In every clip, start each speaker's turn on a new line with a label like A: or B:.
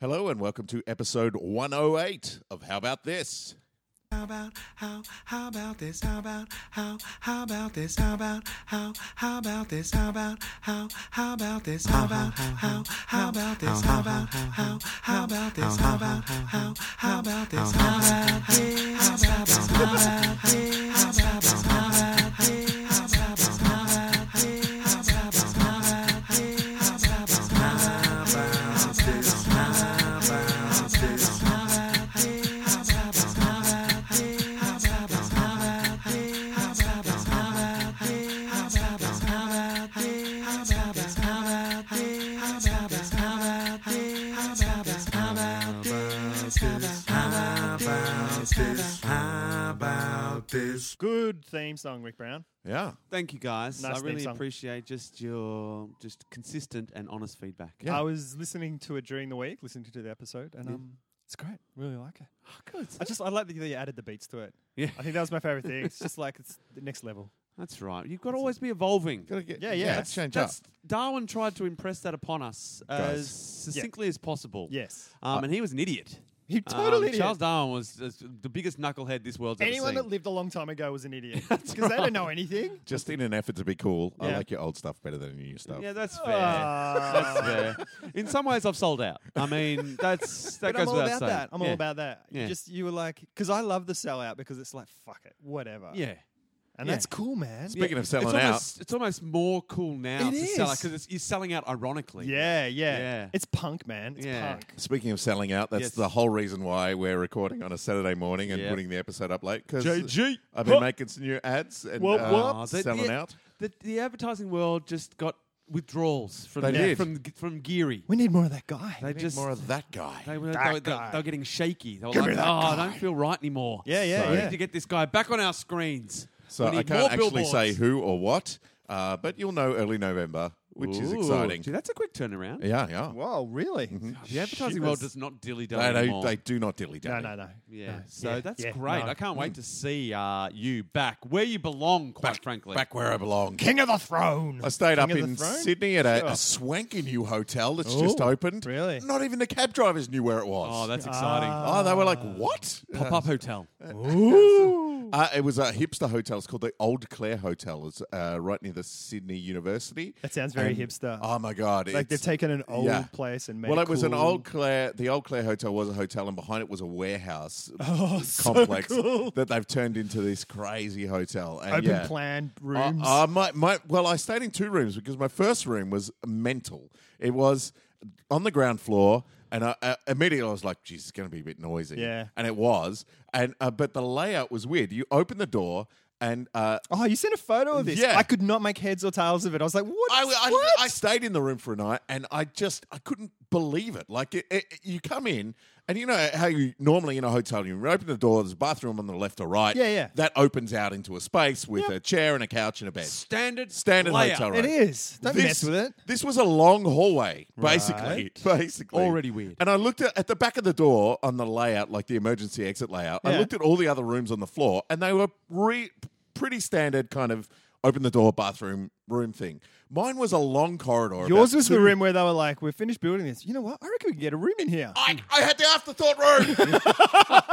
A: Hello and welcome to episode 108 of How About This?
B: How about how how about this? How about how how about this? How about how how about this? How about how how about this? How about how how about this? How about how how about this? How about how how about this? How about how about this? How about how about this? How about how about this? How about how about this? How about how about this?
C: Good theme song, Rick Brown.
A: Yeah.
D: Thank you, guys.
C: Nice
D: I
C: theme
D: really
C: song.
D: appreciate just your just consistent and honest feedback.
C: I was listening to it during the week, listening to the episode, and um, it's great. Really like it. I just I like that you added the beats to it.
D: Oh, Yeah.
C: I think that was my favorite thing. It's just like it's the next level.
D: That's right. You've got to always be evolving.
A: Gotta get,
C: Yeah, yeah,
A: Let's
C: that's-
A: change up.
D: That's Darwin tried to impress that upon us
A: Guys.
D: as succinctly as possible.
C: Yes.
D: Um, and he was an idiot.
C: You total
D: Um,
C: idiot.
D: Charles Darwin was uh, the biggest knucklehead this world's
C: Anyone
D: ever
C: that
D: seen.
C: lived a long time ago was an idiot because they don't know anything.
A: Just in an effort to be cool, I
C: Yeah.
A: like your old stuff better than your new stuff.
D: yeah,
C: Oh.
D: that's fair. that's
C: Ah.
D: fair. In some ways, I've sold out. I mean, that's that
C: But
D: goes
C: I'm all
D: without
C: about
D: saying.
C: that. I'm
D: Yeah.
C: all about that. You
D: Yeah.
C: just you were like because I love the sellout because it's like fuck it, whatever.
D: Yeah.
C: and
D: yeah.
C: that's cool, man.
A: Speaking of selling
D: it's
A: out-
D: almost, it's almost more cool now
C: It
D: to
C: is.
D: sell out because you're selling out ironically.
C: Yeah, yeah,
D: Yeah.
C: It's punk, man. It's
D: Yeah.
C: punk.
A: Speaking of selling out, that's
D: Yes.
A: the whole reason why we're recording on a Saturday morning and
D: Yeah.
A: putting the episode up late. Because
D: JG.
A: I've been
D: Huh.
A: making some new ads and
C: Whoop,
A: uh,
C: whoop.
D: Oh, the-
A: selling
D: the,
A: out.
D: The, the advertising world just got withdrawals from
A: They
D: the-
A: did.
D: from from Geary.
C: We need more of that guy.
D: They
A: Need
D: just
A: more of that guy.
D: they, were,
C: That
D: they, were, they
C: guy.
D: were getting shaky. They were
A: Give
D: like,
A: me that
D: "Oh,
A: guy."
D: I don't feel right anymore."
C: Yeah, yeah,
A: So-
D: We
C: yeah.
D: need to get this guy back on our screens.
A: So
D: We
A: I
D: need
A: can't
D: more
A: actually say
D: billboards.
A: who or what, uh, but you'll know early November, which is
D: Ooh,
A: exciting.
D: Gee, that's a quick turnaround.
A: Yeah, yeah.
C: Wow, really?
D: The advertising world does not dilly dally
A: They,
D: anymore.
A: don't- they do not dilly
C: No,
A: dally.
C: no, no.
D: yeah,
C: No.
D: so
C: Yeah,
D: that's
C: yeah,
D: great.
C: no.
D: I can't wait to see uh, you back where you belong. Quite frankly,
A: Mm. Back where I belong.
C: King of the Throne.
A: I stayed
C: King
A: up
C: of the
A: in
C: Throne?
A: Sydney at a, a
C: Sure.
A: swanky new hotel that's just
C: Ooh,
A: opened.
C: really?
A: Not even the cab drivers knew where it was.
D: Oh, that's exciting.
A: Oh, they were like,
C: Ah.
A: what?
D: Pop up hotel.
C: Ooh.
A: Uh, it was a hipster hotel. It's called the Old Clare Hotel. It's uh, right near the Sydney University.
C: That sounds very
A: And-
C: hipster.
A: Oh my god!
C: like they've
A: it's-
C: taken an old
A: yeah.
C: place and made
A: Well, it was an
C: cool-
A: old Clare. The Old Clare Hotel was a hotel, and behind it was a warehouse
C: Oh, so
A: complex
C: cool.
A: that they've turned into this crazy hotel. And
C: open
A: yeah, Uh,
C: plan
A: I-
C: rooms.
A: I might- might- well, I stayed in two rooms because my first room was mental. It was on the ground floor, and I, I, immediately I was like, "Geez, it's going to be a bit noisy."
C: Yeah.
A: and it was. And uh, but the layout was weird. You open the door, and uh,
C: oh, you sent a photo of this.
A: Yeah.
C: I could not make heads or tails of it. I was like, what?
A: I, I,
C: what?
A: I stayed in the room for a night, and I just I couldn't believe it. Like it, it, you come in, and you know how you normally in a hotel room, you open the door, there's a bathroom on the left or right.
C: Yeah, yeah.
A: That opens out into a space with
C: Yep.
A: a chair and a couch and a bed.
D: Standard
A: Standard
D: layout.
A: hotel room.
C: it is. Don't mess with it.
A: This was a long hallway, basically. Basically,
D: Already weird.
A: And I looked at, at the back of the door on the layout, like the emergency exit layout. I
C: Yeah.
A: looked at all the other rooms on the floor, and they were re- pretty standard, kind of open the door, bathroom, room thing. Mine was a long corridor.
C: Yours
A: about
C: was the
A: two-
C: room where they were like, we're finished building this. You know what? I reckon we can get a room in here.
A: I, I had the afterthought room. and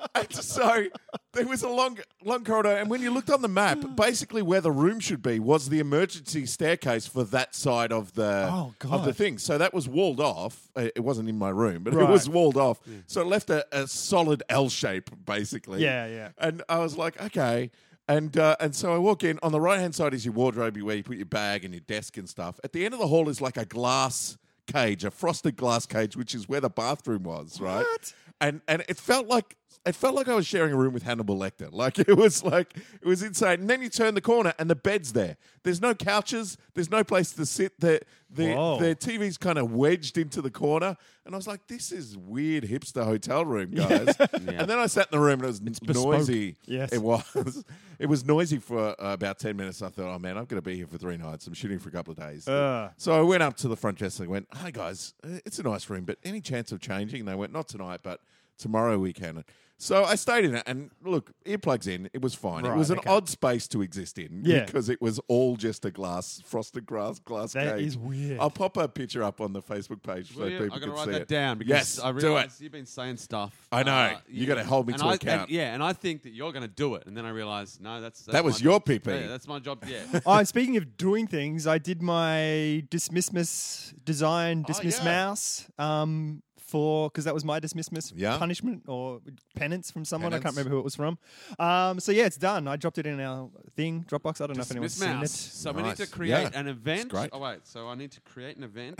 A: so there was a long, long corridor, and when you looked on the map,
C: Hmm.
A: basically where the room should be was the emergency staircase for that side of the
C: Oh,
A: of the
C: God.
A: thing. So that was walled off. Uh, It wasn't in my room, but it
C: Right.
A: was walled off. So it left a, a solid L shape, basically.
C: Yeah, yeah.
A: And I was like, okay. And, uh, and so I walk in. On the right hand side is your wardrobe, where you put your bag and your desk and stuff. At the end of the hall is like a glass cage, a frosted glass cage, which is where the bathroom was, right?
C: What?
A: And and it felt like it felt like I was sharing a room with Hannibal Lecter. Like it was like it was insane. And then you turn the corner and the bed's there. There's no couches. There's no place to sit. The the,
C: Whoa.
A: the TV's kind of wedged into the corner. And I was like, this is weird hipster hotel room, guys. And then I sat in the room and it was n-
D: bespoke.
A: noisy.
C: Yes.
A: It was. It was noisy for uh, about 10 minutes. I thought, oh man, I'm going to be here for three nights. I'm shooting for a couple of days.
C: Uh.
A: So I went up to the front desk and went, hi guys, uh, it's a nice room, but any chance of changing? And they went, not tonight, but Tomorrow we can. So I stayed in it, and look, earplugs in. It was fine. it
C: Right,
A: was an
C: okay.
A: odd space to exist in
C: Yeah.
A: because it was all just a glass, frosted glass, glass
C: That
A: cage.
C: is weird.
A: I'll pop a picture up on the Facebook page so
D: Will you?
A: people
D: I
A: can
D: gotta write
A: see
D: that
A: it.
D: down because
A: yes,
D: I
A: do it.
D: realize you've been saying stuff. uh,
A: I know. You gotta hold me
D: and
A: to
D: I-
A: account.
D: and- yeah, and I think that you're going to do it, and then I realize no, that's, that's
A: That was
D: my
A: your
D: job.
A: PP.
D: Yeah, that's my job. Yeah.
C: oh, and speaking of doing things, I did my dismissmas
D: Oh,
C: design, dismiss
A: yeah.
C: mouse um, for because that was my dismissmas
A: Yeah.
C: punishment or penance from someone. I
A: Penance.
C: can't remember who it was from. Um, so yeah, it's done. I dropped it in our thing, Dropbox. I don't know if anyone's
D: Miss
C: seen
D: Mouse.
C: it.
D: So we need
A: Nice.
D: to create
A: Yeah.
D: an event.
A: great.
D: Oh wait, so I need to create an event.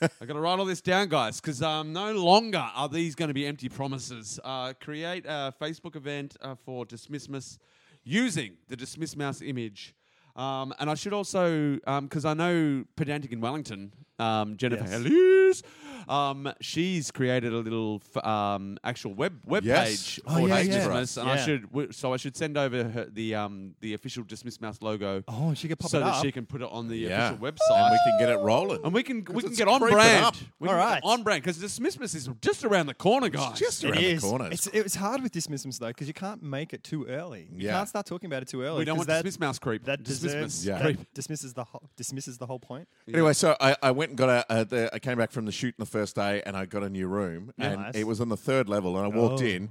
D: I got to write all this down, guys, because um, no longer are these going to be empty promises. Uh, create a Facebook event uh, for Dismissmas using the Dismiss Mouse image. Um, and I should also, because I know Pedantic in Wellington, um, Jennifer
C: Yes.
D: Helios, um, she's created a little f- um, actual web web
A: Yes.
D: page
A: Oh,
D: for
C: yeah, yeah.
D: Dismiss, and I
C: Yeah.
D: should w- so I should send over her, the um, the official Dismiss Mouse logo
C: Oh, she could pop
D: so
C: it
D: that
C: up.
D: she can put it on the
A: Yeah.
D: official
A: and
D: website.
A: we can get it rolling.
D: And we can we can
A: it's
D: get on
A: creeping
D: brand.
A: up.
D: We
C: All
D: can get
C: right.
D: on brand because Dismissmas is just around the corner, guys.
A: just around
C: It
A: the
C: is.
A: corner.
C: It's, it was hard with dismissmas though because you can't make it too early. You
A: Yeah.
C: can't start talking about it too early.
D: we don't
C: 'cause
D: want
C: that,
D: Dismiss Mouse creep.
C: that
D: Dismissmas
C: deserves
A: Yeah.
C: that dismisses the whole, dismisses the whole point.
A: Anyway, so I, I went and got a. Uh, the, I came back from the shoot on the first day, and I got a new room, and
C: Nice.
A: it was on the third level. And I walked
C: Oh.
A: in,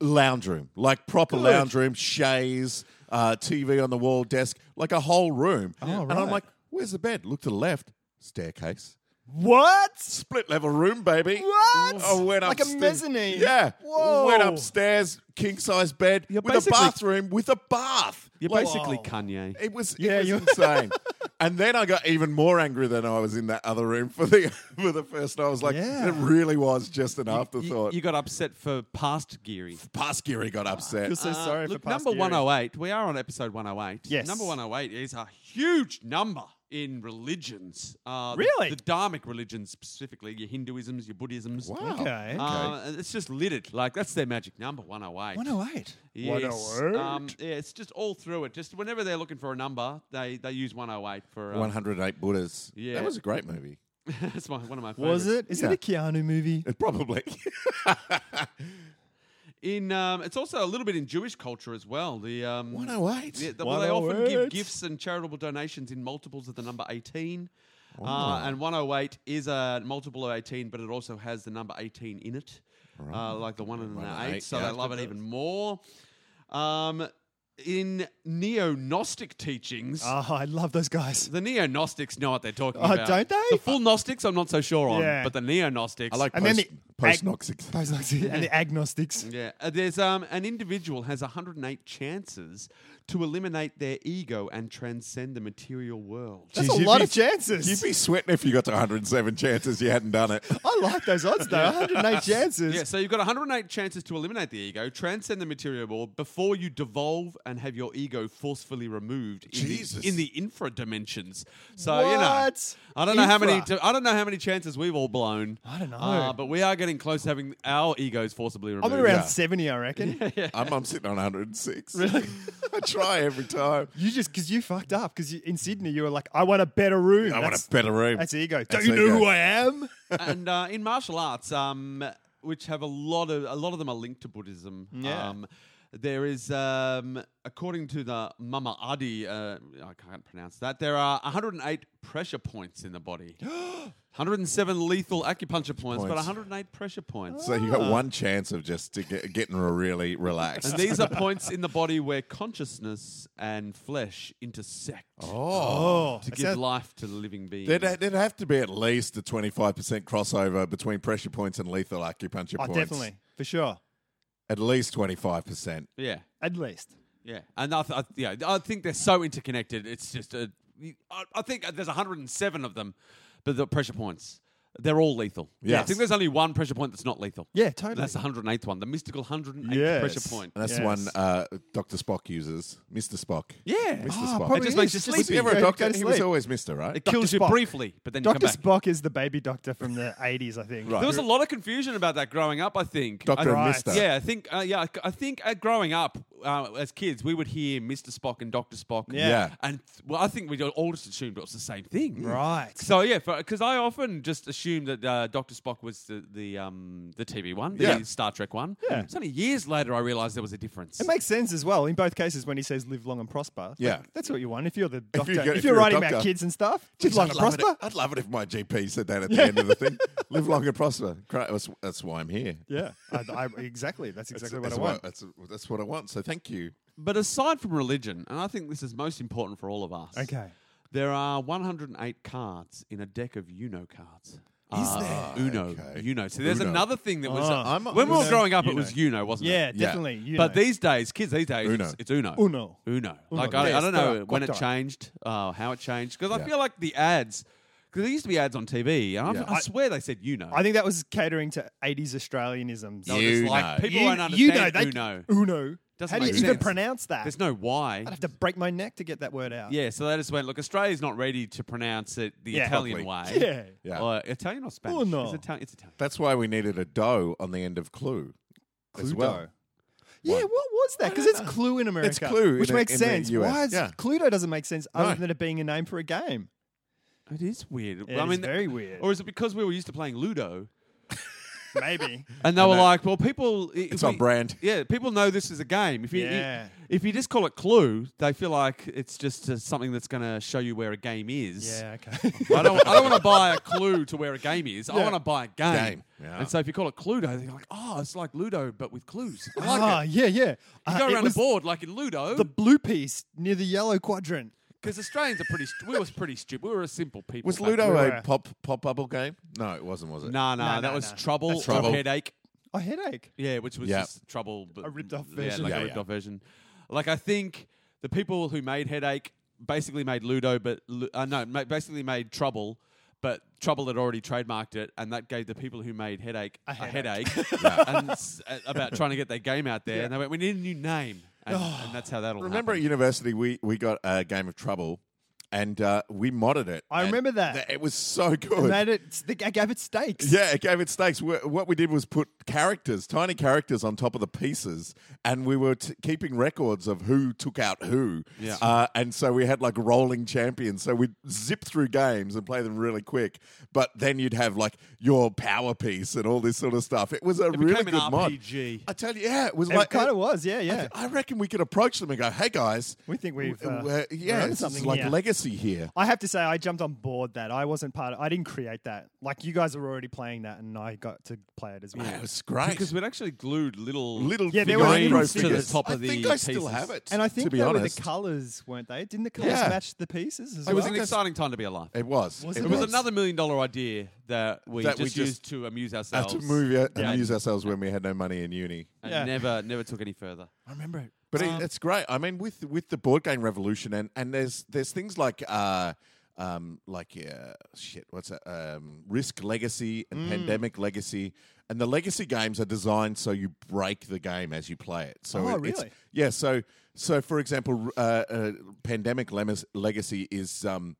A: lounge room, like proper
C: Good.
A: lounge room, chaise, uh, TV on the wall, desk, like a whole room.
C: Oh,
A: And I'm
C: right.
A: like, "Where's the bed?" Look to the left, staircase,
C: What?
A: split level room, baby.
C: What?
A: I went
C: Like a
A: upstairs-
C: mezzanine?
A: Yeah.
C: Whoa.
A: Went upstairs, king size bed
C: You're
A: with a
C: basically-
A: bathroom with a bath.
D: You're
A: Like-
D: basically
C: Wow.
D: Kanye.
A: it was
C: Yeah,
A: it
C: you-
A: was insane. and then I got even more angry than I was in that other room for the for the first. I was like,
C: Yeah.
A: it really was just an
D: You,
A: afterthought.
D: you got upset for past Geary.
A: Pasciri got upset. Uh,
C: You're so sorry
D: Uh, look,
C: for
D: number
C: past
D: one oh hundred eight. We are on episode one hundred eight.
C: Yes.
D: number one hundred eight is a huge number in religions. Uh, the-
C: Really?
D: the, Dharmic religions specifically, your Hinduisms, your Buddhisms.
A: Wow.
C: Okay.
D: Uh, and it's just littered. Like that's their magic number, one hundred eight.
C: 108.
D: Yes. Um, yeah, it's just all through it. Just whenever they're looking for a number, they, they use 108 for.
A: One
D: Um,
A: hundred eight Buddhas.
D: Yeah.
A: that was a great movie.
D: that's my, one of my favorites.
C: Was it? Is it a Keanu movie?
A: It probably.
D: In um, it's also a little bit in Jewish culture as well. The um,
A: One hundred
D: Yeah,
A: oh eight.
D: the- well, they often give
C: 108.
D: gifts and charitable donations in multiples of the number 18. Uh, and 108 is a multiple of 18, but it also has the number 18 in it, uh, like the one and the
A: 108,
D: eight. So
A: yeah.
D: they love it even more. Um, in neo Gnostic teachings,
C: Oh, I love those guys.
D: The neo Gnostics know what they're talking
C: Oh,
D: about.
C: don't they?
D: The full Gnostics, I'm not so sure on,
C: Yeah.
D: but the neo Gnostics.
A: I like
C: And then
A: post,
C: the-
A: post noxics.
C: Post-Nazi and the agnostics.
D: Yeah, Uh, there's um an individual has 108 chances to eliminate their ego and transcend the material world.
C: That's
A: Jeez,
C: a
A: you'd
C: lot
A: be-
C: of chances.
A: You'd be sweating if you got to 107 chances you hadn't done it.
C: I like those odds though. 108 chances.
D: Yeah, so you've got 108 chances to eliminate the ego, transcend the material world before you devolve and have your ego forcefully removed in,
A: Jesus.
D: The, in the infra dimensions. So you know,
C: What?
D: I don't know how many.
C: Infra.
D: I don't know how many chances we've all blown.
C: I don't know.
D: uh, but we are getting close to having our egos forcibly
C: I'm
D: removed.
C: at around 70, I reckon.
A: I'm, I'm sitting on 106. Really? I try every time.
C: You just because you fucked up because in Sydney you were like, I want a better room.
A: I want
C: That's-
A: a better room.
C: That's ego.
A: That's
C: don't you know
A: ego.
C: who I am?
D: and uh, in martial arts, um, which have a lot of a lot of them are linked to Buddhism.
C: Yeah.
D: Um, there is, um, according to the Mama Adi, uh, I can't pronounce that. There are 108 pressure points in the body. 107 lethal acupuncture points, but
A: Points.
D: 108 pressure points.
A: So you
C: Ah.
A: got one chance of just to get, getting really relaxed.
D: And these are points in the body where consciousness and flesh intersect
C: Oh,
D: to
C: that
D: give
C: sounds-
D: life to the living being.
A: There'd, there'd have to be at least a 25% crossover between pressure points and lethal acupuncture
C: oh,
A: points.
C: definitely for sure.
A: At least 25%.
D: yeah.
C: At least.
D: Yeah, and I, th- I th- yeah, I think they're so interconnected. It's just a, I, I think there's 107 of them, but the pressure points they're all lethal. I
A: Yes.
D: think there's only one pressure point that's not lethal.
C: Yeah, totally.
D: that's the 108th one, the mystical 108th
C: Yes.
D: pressure point.
A: And that's the
C: Yes.
A: one uh, Dr. Spock uses. Mr. Spock.
D: Yeah,
A: Mr. Spock.
C: Ah, probably
D: It just makes you
C: is.
A: Was he
D: sleepy.
A: ever a
C: Go-
A: doctor?
C: go to
A: He was
C: sleep.
A: always Mr., right?
D: it kills you
C: Spock.
D: briefly, but then you
C: Doctor
D: come back.
C: Spock is the baby doctor from the 80s, I think.
A: Right.
D: There was a lot of confusion about that growing up. I think I
A: Doctor
D: think-
A: and
C: Right.
A: Mister.
D: Yeah, I think uh, yeah, I c- I think uh, growing up, uh, as kids, we would hear Mr. Spock and Dr. Spock.
C: Yeah.
A: Yeah.
D: And well, I think we all just assumed it was the same thing.
C: Right.
D: So yeah, because I often just assumed that uh, Doctor Spock was the the, um, the TV one, the
A: Yeah.
D: Star Trek one.
C: Yeah.
D: It's only years later I realised there was a difference.
C: It makes sense as well in both cases when he says live long and prosper. Like,
A: Yeah.
C: that's what you want. If you're the doctor,
A: you go-
C: if, you're,
A: if you're a
C: writing about
A: doctor.
C: kids and stuff, live
A: Jeez,
C: long
A: I'd
C: and
A: love, it,
C: prosper.
A: I'd love it if my GP said that at the end of the thing. Live long and prosper. Great, That's, that's why I'm here.
C: Yeah, I, I, exactly. That's exactly what
A: that's
C: I want.
A: that's, that's what I want. So thank you.
D: but aside from religion, and I think this is most important for all of us.
C: Okay.
D: There are 108 cards in a deck of Uno cards.
A: Is
D: Ah,
A: there?
D: Uno,
A: Okay.
D: Uno. So there's
A: Uno.
D: another thing that was uh,
C: Ah.
A: I'm-
D: when we were
A: Uno.
D: growing up. It
C: Uno.
D: was Uno, wasn't
C: Yeah,
D: it?
A: Yeah.
C: definitely. You
D: But
C: know.
D: these days, kids these days,
A: Uno.
D: It's, it's Uno.
C: Uno.
D: Uno. Like,
C: Uno.
D: I, I
C: Yes,
D: don't know
C: correct,
D: when it
C: correct.
D: changed, uh, how it changed. Because I
A: Yeah.
D: feel like the ads, because there used to be ads on TV, and I-
A: Yeah.
D: I, swear they said Uno.
C: I think that was catering to 80s Australianisms.
D: No, it's
A: Uno.
D: like people
C: you,
D: won't
C: you know,
D: understand
C: they,
D: Uno.
C: Uno.
D: Doesn't
C: How do you
D: make
C: even
D: sense.
C: pronounce that?
D: There's no Y.
C: I'd have to break my neck to get that word out.
D: Yeah, so they just went, look, Australia's not ready to pronounce it the
C: Yeah.
D: Italian
C: Probably.
D: way.
C: Yeah.
A: Yeah.
D: Or Italian or Spanish?
C: Uno.
D: It's, Italian. it's Italian.
A: That's why we needed a dough on the end of Clue. As
C: Cluedo.
A: well.
C: Yeah,
A: What?
C: what was that? Because it's Clue in America.
A: Clue
C: Which
A: in-
C: makes
A: in the
C: sense.
A: US,
C: Why is
A: yeah.
C: Cluedo doesn't make sense other
A: No.
C: than it being a name for a game?
D: It is weird.
C: It
D: I
C: is
D: mean,
C: very weird.
D: Or is it because we were used to playing Ludo?
C: Maybe.
D: And they were like, well, people.
A: It's on brand.
D: Yeah, people know this is a game. If you,
C: Yeah.
D: if you just call it Clue, they feel like it's just uh, something that's going to show you where a game is.
C: yeah, okay.
D: I don't, I don't want to buy a clue to where a game is. I
C: Yeah.
D: want to buy a game.
A: Game, yeah.
D: And so if you call it Cluedo, they're like, oh, it's like Ludo, but with clues. I like
C: ah,
D: it.
C: yeah, yeah. You
D: You go around the board like in Ludo.
C: The blue piece near the yellow quadrant.
D: Because Australians are pretty, st- we were pretty stupid. We were a simple people.
A: Was
D: back
A: Ludo
C: Right.
A: a pop pop bubble game? No, it wasn't, was
D: then.
A: it?
D: Nah, nah,
C: No,
D: that
C: no,
D: was
C: no.
D: trouble,
A: That's Trouble.
D: or headache.
C: A headache.
D: Yeah, which was
A: Yeah.
D: just trouble. But
C: A ripped-off
D: yeah,
C: version.
D: like a
A: Yeah,
D: ripped
A: yeah.
D: off version. Like I think the people who made headache basically made Ludo, but Lu- uh, no, ma- basically made trouble. But trouble had already trademarked it, and that gave the people who made headache a headache,
C: headache.
D: and s- uh, about trying to get their game out there. And they went, "We need a new name," and, and that's how that'll
A: Remember at
D: happen.
A: university, we, we got a game of Trouble and uh, we modded it.
C: I
A: And
C: remember that.
A: It was so
C: It
A: good.
C: made it, they gave it stakes.
A: Yeah, it gave it stakes. Wh- What we did was put characters, tiny characters, on top of the pieces, and we were t- keeping records of who took out who.
D: Yeah.
A: Uh, and so we had like rolling champions. So we'd zip through games and play them really quick. But then you'd have like your power piece and all this sort of stuff. It was a
D: became
A: really
D: an
A: good mod.
D: RPG.
A: I tell you, yeah, it was
C: It
A: like
C: kind of was, yeah, yeah.
A: I reckon we could approach them and go, "Hey guys,
C: We think we've,
A: w-
C: uh,
A: w-
C: we're
A: yeah,
C: onto
A: it's
C: something
A: like
C: here."
A: legacy here."
C: I have to say, I jumped on board that. I wasn't part of I didn't create that. Like, you guys were already playing that, and I got to play it as well.
A: Yeah, it was great.
D: Because we'd actually glued little
A: little
C: Yeah, there were
A: figurines
C: little
A: to the
C: figures.
A: top
D: I
A: of the
D: think
A: I
D: I
A: still
D: still
A: have
D: have
A: it.
C: and I think
A: to be
C: they were
A: honest,
C: the colours, weren't they? Didn't the colours
A: Yeah.
C: match the pieces as
D: It was
C: well?
D: an exciting time to be alive.
A: It was.
C: Was
D: It
C: It
D: was
C: was.
D: another million dollar idea that we
A: That
D: just,
A: we just
D: used to amuse
A: Had
D: ourselves.
A: to move it and
D: Yeah.
A: amuse ourselves when we had no money in uni.
D: And
C: Yeah.
D: never, never took any further.
C: I remember it.
A: But it, it's great. I mean, with with the board game revolution, and and there's there's things like. Uh, um, like uh, shit, what's that? Um, Risk Legacy
C: Mm.
A: and Pandemic Legacy, and the Legacy games are designed so you break the game as you play it. So
C: Oh,
A: it- it's-
C: really?
A: yeah. So so for example, uh, uh, Pandemic Lemis- Legacy is um,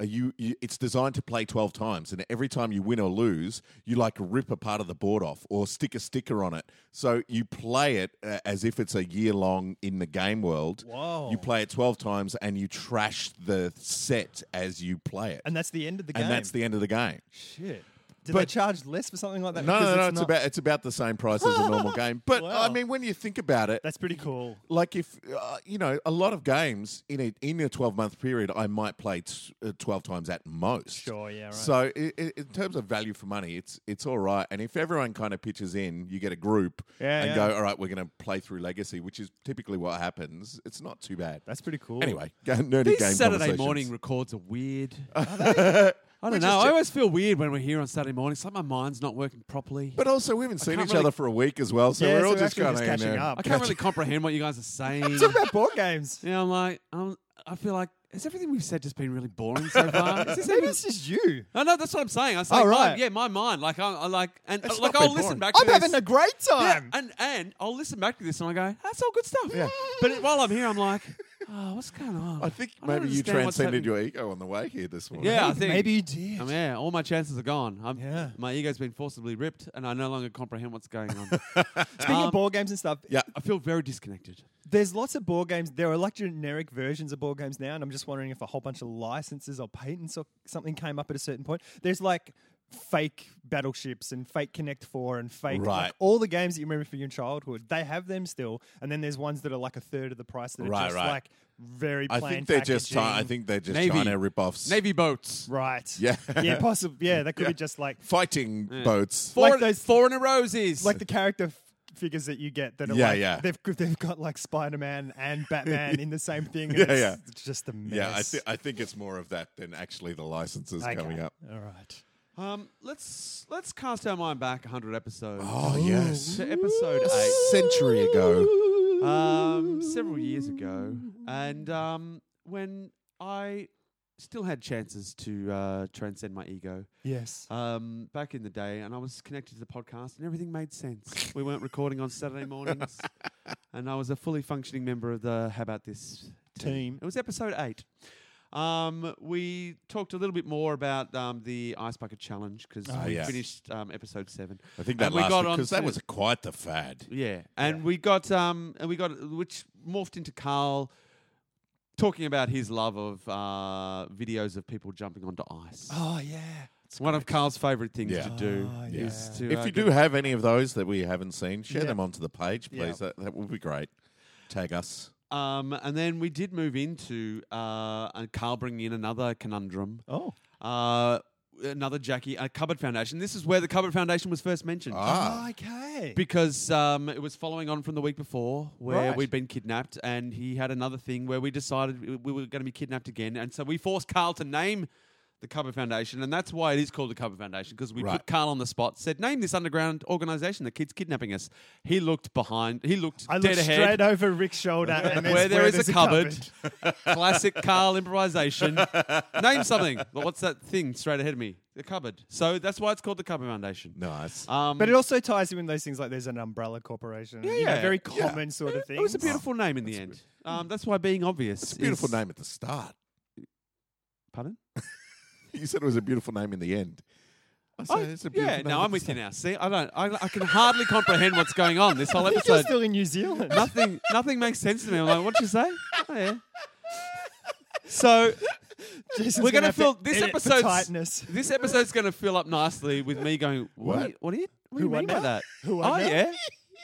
A: uh, you, you it's designed to play twelve times, and every time you win or lose, you like rip a part of the board off or stick a sticker on it. So you play it uh, as if it's a year long in the game world.
C: Whoa.
A: You play it twelve times, and you trash the set as you play it,
C: And that's the end of the game.
A: and that's the end of the game.
C: Shit. Did they
A: But-
C: charge less for something like that?
A: No,
C: Because
A: no, no. It's,
C: not-
A: about it's about the same price as a normal game. But
C: Wow.
A: I mean, when you think about it,
C: That's pretty cool.
A: like if uh, you know a lot of games in a in a 12 month period i might play t- uh, 12 times at most
C: Sure, yeah, right.
A: so i i in terms of value for money it's it's all right and if everyone kind of pitches in you get a group
C: Yeah,
A: and
C: yeah.
A: go all right we're going to play through legacy which is typically what happens it's not too bad
C: That's pretty cool.
A: anyway go nerdy
D: These
A: game
D: Saturday
A: conversations.
D: morning records are weird. I don't know.
A: just-
D: I always feel weird when we're here on Saturday morning. It's like my mind's not working properly.
A: but also we haven't seen
D: can't
A: each
D: really-
A: other for a week as well so
C: Yeah,
A: we're
C: so
A: all
C: we're
A: just
C: actually
A: kind
C: just
A: of
C: catching up.
D: I can't really comprehend what you guys are saying.
C: Talk about board games.
D: yeah, I'm like, I'm, I feel like has everything we've said just been really boring so far? Is this
C: Maybe
D: even?
C: it's just you.
D: No, no, that's what I'm saying. I'm
C: Oh,
D: saying,
C: right.
D: my- yeah, my mind. Like, I, I like, and
A: It's
D: like,
A: not been
D: I'll listen
A: boring.
D: back.
C: I'm
D: to
C: having
D: this.
C: a great
D: Yeah,
C: time.
D: and and I'll listen back to this and I go, that's all good stuff.
A: Yeah.
D: But while I'm here, I'm like, oh, Oh, what's going on?
A: I think
D: I don't
A: maybe you
D: understand what's
A: transcended
D: happening.
A: your ego on the way here this morning.
D: Yeah, I
C: Maybe-
D: think-
C: maybe you did.
D: I mean, yeah, all my chances are gone. I'm,
C: Yeah.
D: My ego's been forcibly ripped, and I no longer comprehend what's going on.
C: Speaking
D: Um,
C: of board games and stuff,
A: Yeah.
D: I feel very disconnected.
C: there's lots of board games. There are like generic versions of board games now, and I'm just wondering if a whole bunch of licenses or patents or something came up at a certain point. There's like fake battleships and fake Connect Four and fake like,
A: Right.
C: all the games that you remember from your childhood. They have them still, and then there's ones that are like a third of the price that are
A: Right,
C: just
A: right.
C: like very
A: I
C: plain.
A: think they're just
C: packaging.
A: trying. I think they're just
D: Navy.
A: trying to rip offs.
D: Navy boats.
C: right.
A: Yeah.
C: yeah, possible. Yeah, that could be just like
A: Fighting boats.
D: Four,
C: Like those-
D: four in a roses.
C: like the character f- figures that you get that are
A: Yeah,
C: like
A: yeah.
C: they've they've got like Spider Man and Batman in the same thing. and
A: Yeah,
C: it's,
A: yeah.
C: It's just a mess.
A: Yeah, I, thi- I think it's more of that than actually the licenses
C: Okay.
A: coming up.
C: All right.
D: um, let's let's cast our mind back 100 episodes
A: Oh yes,
D: to episode
A: a
D: eight.
A: century ago.
D: um, several years ago, and um, when I still had chances to uh, transcend my ego
C: Yes.
D: um, back in the day, and I was connected to the podcast, and everything made sense. we weren't recording on Saturday mornings, and I was a fully functioning member of the How About This team.
C: Team.
D: It was episode eight. Um, we talked a little bit more about um, the ice bucket challenge because
C: Oh,
D: we
A: yes.
D: finished um, episode seven.
A: I think that
D: And we
A: lasted
D: got on
A: because that
D: to-
A: was quite the fad.
D: Yeah, and we got um, and we got which morphed into Carl talking about his love of uh, videos of people jumping onto ice.
C: Oh yeah.
D: It's one of Carl's favorite things
A: Yeah.
D: to do.
C: Oh,
D: is
C: yeah.
D: to,
A: If
D: uh,
A: you
D: get-
A: do have any of those that we haven't seen, share
C: Yeah.
A: them onto the page,
C: Yeah.
A: please. That, that would be great. Tag us.
D: um, and then we did move into uh, and Carl bringing in another conundrum,
C: Oh.
D: uh, another Jackie, a cupboard foundation. This is where the cupboard foundation was first mentioned.
A: Ah,
C: Oh, Okay.
D: because um, it was following on from the week before where
C: Right.
D: we'd been kidnapped and he had another thing where we decided we- we were going to be kidnapped again and so we forced carl to name the cupboard foundation and that's why it is called the cupboard foundation because we
A: Right.
D: put carl on the spot said name this underground organization that keeps kidnapping us he looked behind he looked
C: I
D: dead
C: looked
D: ahead
C: straight over Rick's shoulder, and there's
D: where there is
C: there's
D: a cupboard, classic Carl improvisation. Name something. What's that thing straight ahead of me? The cupboard. So that's why it's called the Cupboard Foundation.
A: nice.
D: Um,
C: But it also ties you in those things like there's an umbrella corporation. Yeah,
D: yeah.
C: very common sort of thing.
D: It was a beautiful name in the end. Um, that's why being obvious.
A: Oh, it's a beautiful
D: is-
A: name at the start.
D: Pardon?
A: You said it was a beautiful name in the end. I said it's a beautiful
D: Oh, yeah,
A: name
D: no,
A: at
D: I'm
A: the
D: with you
A: start.
D: now. See, I don't. I, I can hardly comprehend what's going on this whole
C: I think you're
D: episode.
C: still in New Zealand.
D: nothing, nothing makes sense to me. I'm like, what'd you say? Oh, yeah. So
C: Jason's
D: we're gonna
C: have
D: fill this
C: edit for
D: episode's-
C: tightness.
D: this episode's going to fill up nicely with me going,
A: What?
D: what? What, what do you? What do
C: Who
D: you
C: won
D: mean by
C: now?
D: that?
C: Who
D: oh
C: won now?
D: yeah.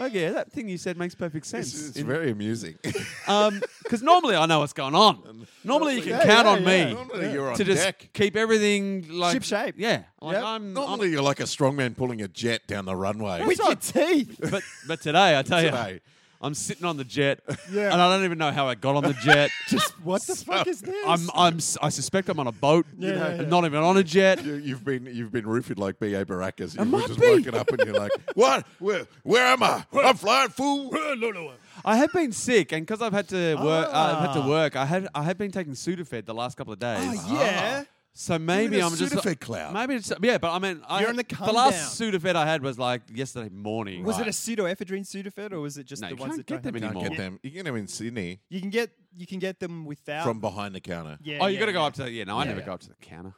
D: Oh yeah, that thing you said makes perfect sense.
A: It's, it's very amusing.
D: because normally I know what's going on. Normally you can
C: Yeah,
D: count
C: yeah,
D: on
C: yeah.
D: me.
A: Normally you're on
D: to just
A: deck.
D: keep everything like
C: Ship shape.
D: Yeah, like
C: Yep.
D: I'm
A: Normally you're like a strongman pulling a jet down the runway.
C: With your teeth.
D: I'm- but but today I tell you,
A: Today.
D: I'm sitting on the jet,
C: Yeah.
D: and I don't even know how I got on the jet.
C: Just what the fuck is this?
D: I'm I'm s- I suspect I'm on a boat.
C: Yeah, yeah, yeah.
D: not even on a jet.
A: You, you've been you've been roofied like B.A. Baracus. You were
D: might
A: just
D: be.
A: woken up and you're like, what? Where, where am I? I'm flying fool.
D: I have been sick, and because I've had to work, uh, I've had
C: Ah.
D: to work. I had I have been taking Sudafed the last couple of days.
C: Oh, yeah.
D: So maybe
A: in a
D: I'm just
A: Sudafed cloud.
D: Maybe it's yeah, but I mean, I,
C: You're in the
D: the last Sudafed I had was like yesterday morning.
C: Was it a pseudoephedrine Sudafed or was it just
D: No,
C: the
D: you
C: ones
D: can't
C: that don't
D: get them
C: have-
A: Can't
D: anymore.
A: get them. You can get them in Sydney
C: You can get you can get them without.
A: from behind the counter.
C: yeah,
D: oh, you
C: yeah,
D: got to go
C: yeah.
D: up to the, yeah. No, I
C: Yeah,
D: never
C: yeah.
D: go up to the counter.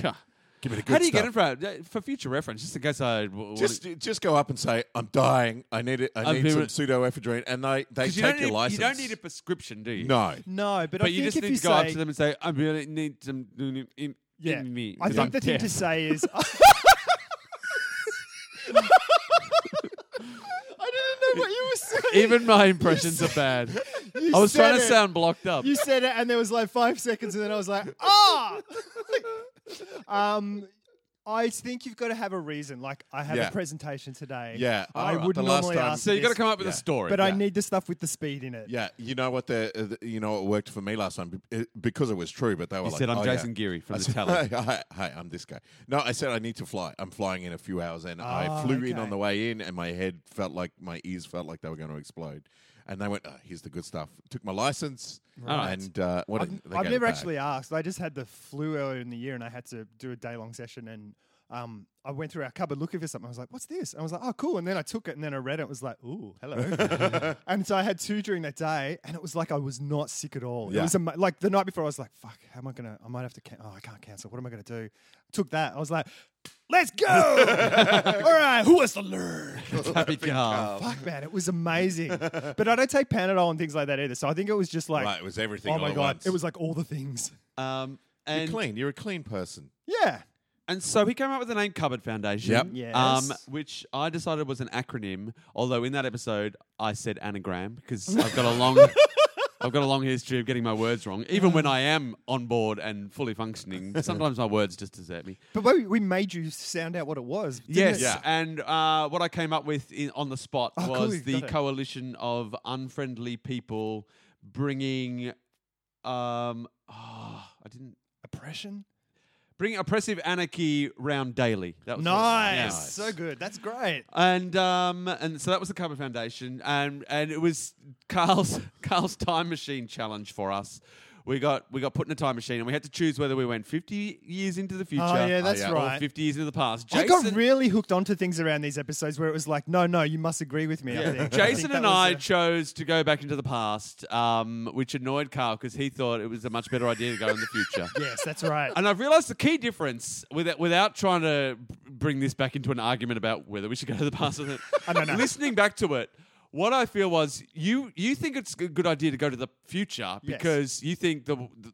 D: God.
A: Give me the good
D: How do you
A: stuff.
D: get it from? uh, For future reference, just in case I w-
A: Just, just go up and say, "I'm dying. I need it. I
D: I'm
A: need some
D: feeling-
A: pseudoephedrine," and they they
D: because you
A: take
D: don't
A: your
D: need,
A: license.
D: you don't need a prescription, do you?
A: no.
C: No, but, I
D: but
C: think
D: you just
C: if
D: need
C: you
D: to go up
C: say-
D: to them and say, "I really need some in, in,
C: yeah,
D: in me."
C: I
D: 'cause
C: think
D: I'm
C: the thing to
D: deaf."
C: say is. I didn't know what you were saying.
D: even my impressions are bad.
C: You
D: I was
C: said
D: trying to
C: it.
D: sound blocked up.
C: You said it, and there was like five seconds, and then I was like, ah. um, I think you've got to have a reason. Like, I have
A: Yeah.
C: a presentation today.
A: Yeah,
C: I
D: Uh,
A: alright,
C: would
A: the last
C: normally
A: time-
C: ask.
D: so you got to
C: this,
D: come up with a
A: Yeah.
D: story.
C: But I
D: Yeah.
C: need the stuff with the speed in it.
A: Yeah, you know what the, uh, the- you know what worked for me last time Be- uh, because it was true. But they were
D: You
A: like,
D: said, "I'm
A: "Oh,
D: Jason
A: yeah."
D: Geary from
A: I
D: the
A: said,
D: Talent."
A: Hi, hi, hi, I'm this guy. No, I said I need to fly. I'm flying in a few hours, and I
C: Ah,
A: flew in
C: okay.
A: on the way in, and my head felt like my ears felt like they were going to explode. And they went, oh, "Here's the good stuff." Took my license,
D: Alright.
A: and uh, what
C: I've,
A: did- they
C: I've
A: gave it
C: never
A: back.
C: actually asked. I just had the flu earlier in the year, and I had to do a day long session, and um, I went through our cupboard looking for something. I was like, "What's this?" And I was like, "Oh, cool." And then I took it, and then I read it. and was like, "Ooh, hello." and so I had two during that day, and it was like I was not sick at all.
A: Yeah.
C: It was ama- like the night before, I was like, "Fuck, how am I gonna? I might have to. Can- oh, I can't cancel. What am I gonna do?" Took that. I was like, "Let's go!" all right, who wants to learn?
D: Happy car.
C: Fuck, man, it was amazing. but I don't take Panadol and things like that either. So I think it was just like,
A: right, it was everything.
C: oh my
A: all at
C: god,
A: once.
C: it was like all the things.
D: Um,
A: You're
D: and
A: clean. You're a clean person.
C: Yeah.
D: And so he came up with the name Cupboard Foundation.
A: Yep.
C: Yes.
D: Um, which I decided was an acronym, although in that episode I said anagram because I've got a long I've got a long history of getting my words wrong. Even when I am on board and fully functioning, sometimes my words just desert me.
C: But we, we made you sound out what it was. didn't
D: Yes,
C: it?
A: Yeah.
D: and uh, what I came up with in, on the spot
C: Oh, cool,
D: was
C: you've
D: the
C: got it.
D: coalition of unfriendly people bringing, um, ah, I didn't
C: Oppression.
D: bring oppressive anarchy round daily. That was what it was.
C: Nice.
D: Yeah.
C: So good. That's great.
D: And um, and so that was the Cupboard Foundation, and and it was Carl's Carl's time machine challenge for us. We got we got put in a time machine, and we had to choose whether we went fifty years into the future.
C: Oh,
D: Oh,
C: yeah, that's
D: or
C: right.
D: Fifty years into the past.
C: I got really hooked onto things around these episodes where it was like, no, no, you must agree with me. I think. I
D: Jason
C: think that
D: and
C: was
D: I
C: a-
D: chose to go back into the past, um, which annoyed Carl because he thought it was a much better idea to go in the future.
C: yes, that's right.
D: And I've realised the key difference without, without trying to b- bring this back into an argument about whether we should go to the past or not.
C: don't know.
D: Listening back to it, what I feel was you you think it's a good idea to go to the future
C: Yes.
D: because you think the, the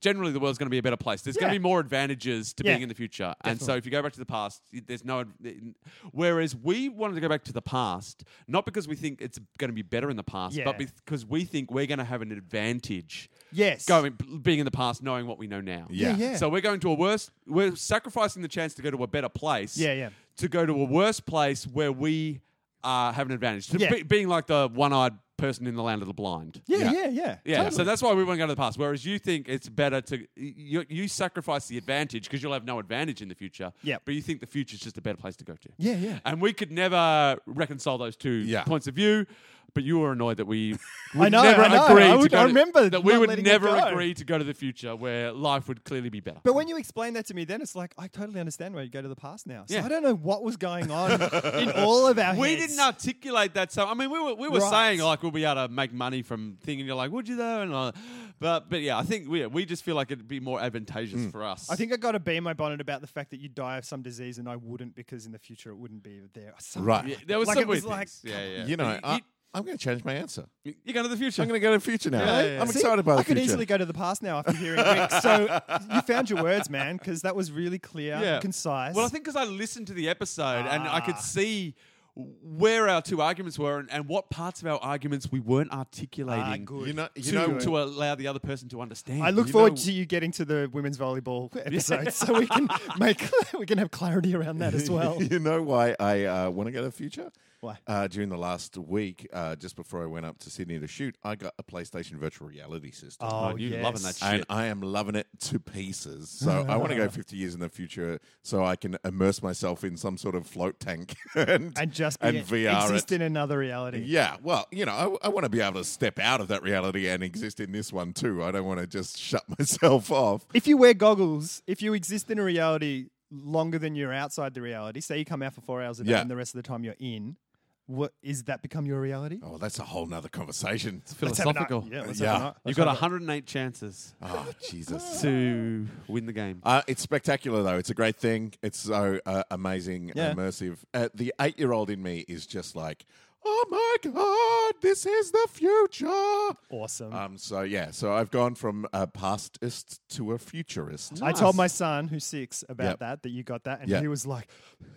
D: generally the world's going to be a better place. There's going
C: Yeah.
D: to be more advantages to
C: Yeah.
D: being in the future, and so if you go back to the past, y- there's no. ad- Whereas we wanted to go back to the past not because we think it's going to be better in the past, but
C: Yeah.
D: because we think we're going to have an advantage.
C: yes.
D: Going being in the past, knowing what we know now.
A: Yeah.
C: yeah.
D: So we're going to a worse. We're sacrificing the chance to go to a better place.
C: Yeah, yeah.
D: To go to a worse place where we uh, have an advantage. To
C: Yeah.
D: be, being like the one-eyed person in the land of the blind.
C: Yeah, yeah, yeah.
D: Yeah,
C: Totally.
D: so that's why we want to go to the past. Whereas you think it's better to you, you sacrifice the advantage because you'll have no advantage in the future.
C: Yeah.
D: but you think the future's just a better place to go to.
C: Yeah, yeah.
D: And we could never reconcile those two
A: Yeah.
D: points of view. But you were annoyed that we would
C: I know,
D: never
C: I know.
D: agree.
C: I
D: to
C: would-
D: go
C: I
D: to-
C: remember
D: that we
C: not
D: would
C: letting it
D: never
C: go.
D: agree to go to the future where life would clearly be better.
C: But when you explain that to me, then it's like I totally understand why you go to the past now. So
D: Yeah.
C: I don't know what was going on in all of our.
D: we
C: heads.
D: didn't articulate that. So I mean, we were we were
C: Right.
D: saying like we'll be able to make money from thing, and you're like, would you though? And uh, but but yeah, I think we we just feel like it'd be more advantageous for us.
C: Mm. I think I got to be in my bonnet about the fact that you die of some disease and I wouldn't because in the future it wouldn't be there. Something
A: Right.
D: Yeah,
C: like-
D: there was
C: like
D: some
C: it was
D: weird
C: like,
D: things. yeah, yeah.
A: You know,
D: You-
A: I, I'm going to change my answer.
D: you, are going to the future.
A: I'm going to go to the future now.
D: Yeah, yeah,
A: I'm
D: yeah.
C: See,
A: excited by the
C: I could
A: future.
C: easily go to the past now after hearing Rick. So you found your words, man, because that was really clear,
D: Yeah.
C: and concise. Ah.
D: Well, I think because I listened to the episode and I could see where our two arguments were and, and what parts of our arguments we weren't articulating
C: Ah, good.
A: you know, you
D: to,
A: know,
D: to allow the other person to understand.
C: I look
A: you
C: forward
A: know-
C: to you getting to the women's volleyball episode, so we can make we can have clarity around that as well.
A: you know why I uh, want to go to the future?
C: Why?
A: Uh, during the last week, uh, just before I went up to Sydney to shoot, I got a PlayStation virtual reality system.
D: Oh, you're loving that shit.
A: And I am loving it to pieces. So I want to go 50 years in the future so I can immerse myself in some sort of float tank and,
C: and just be, e-,
A: and VR
C: exist
A: it.
C: in another reality.
A: Yeah, well, you know, I, I want to be able to step out of that reality and exist in this one too. I don't want to just shut myself off.
C: If you wear goggles, if you exist in a reality longer than you're outside the reality, say you come out for four hours a day
A: Yeah.
C: and the rest of the time you're in, what is that become your reality?
A: Oh, that's a whole nother conversation.
C: Let's have a night.
D: Philosophical.
C: Yeah, let's
A: Yeah.
C: have a night. Let's
D: You've got
C: have a-
D: 108 chances
A: Oh, Jesus.
D: to win the game.
A: Uh, it's spectacular, though. It's a great thing. It's so uh, amazing,
C: Yeah.
A: and immersive. Uh, the eight year old in me is just like, oh my God, this is the future.
C: awesome.
A: Um, so, yeah, so I've gone from a pastist to a futurist.
C: I told my son, who's six, about
A: Yep.
C: that, that you got that, and
A: Yeah.
C: he was like,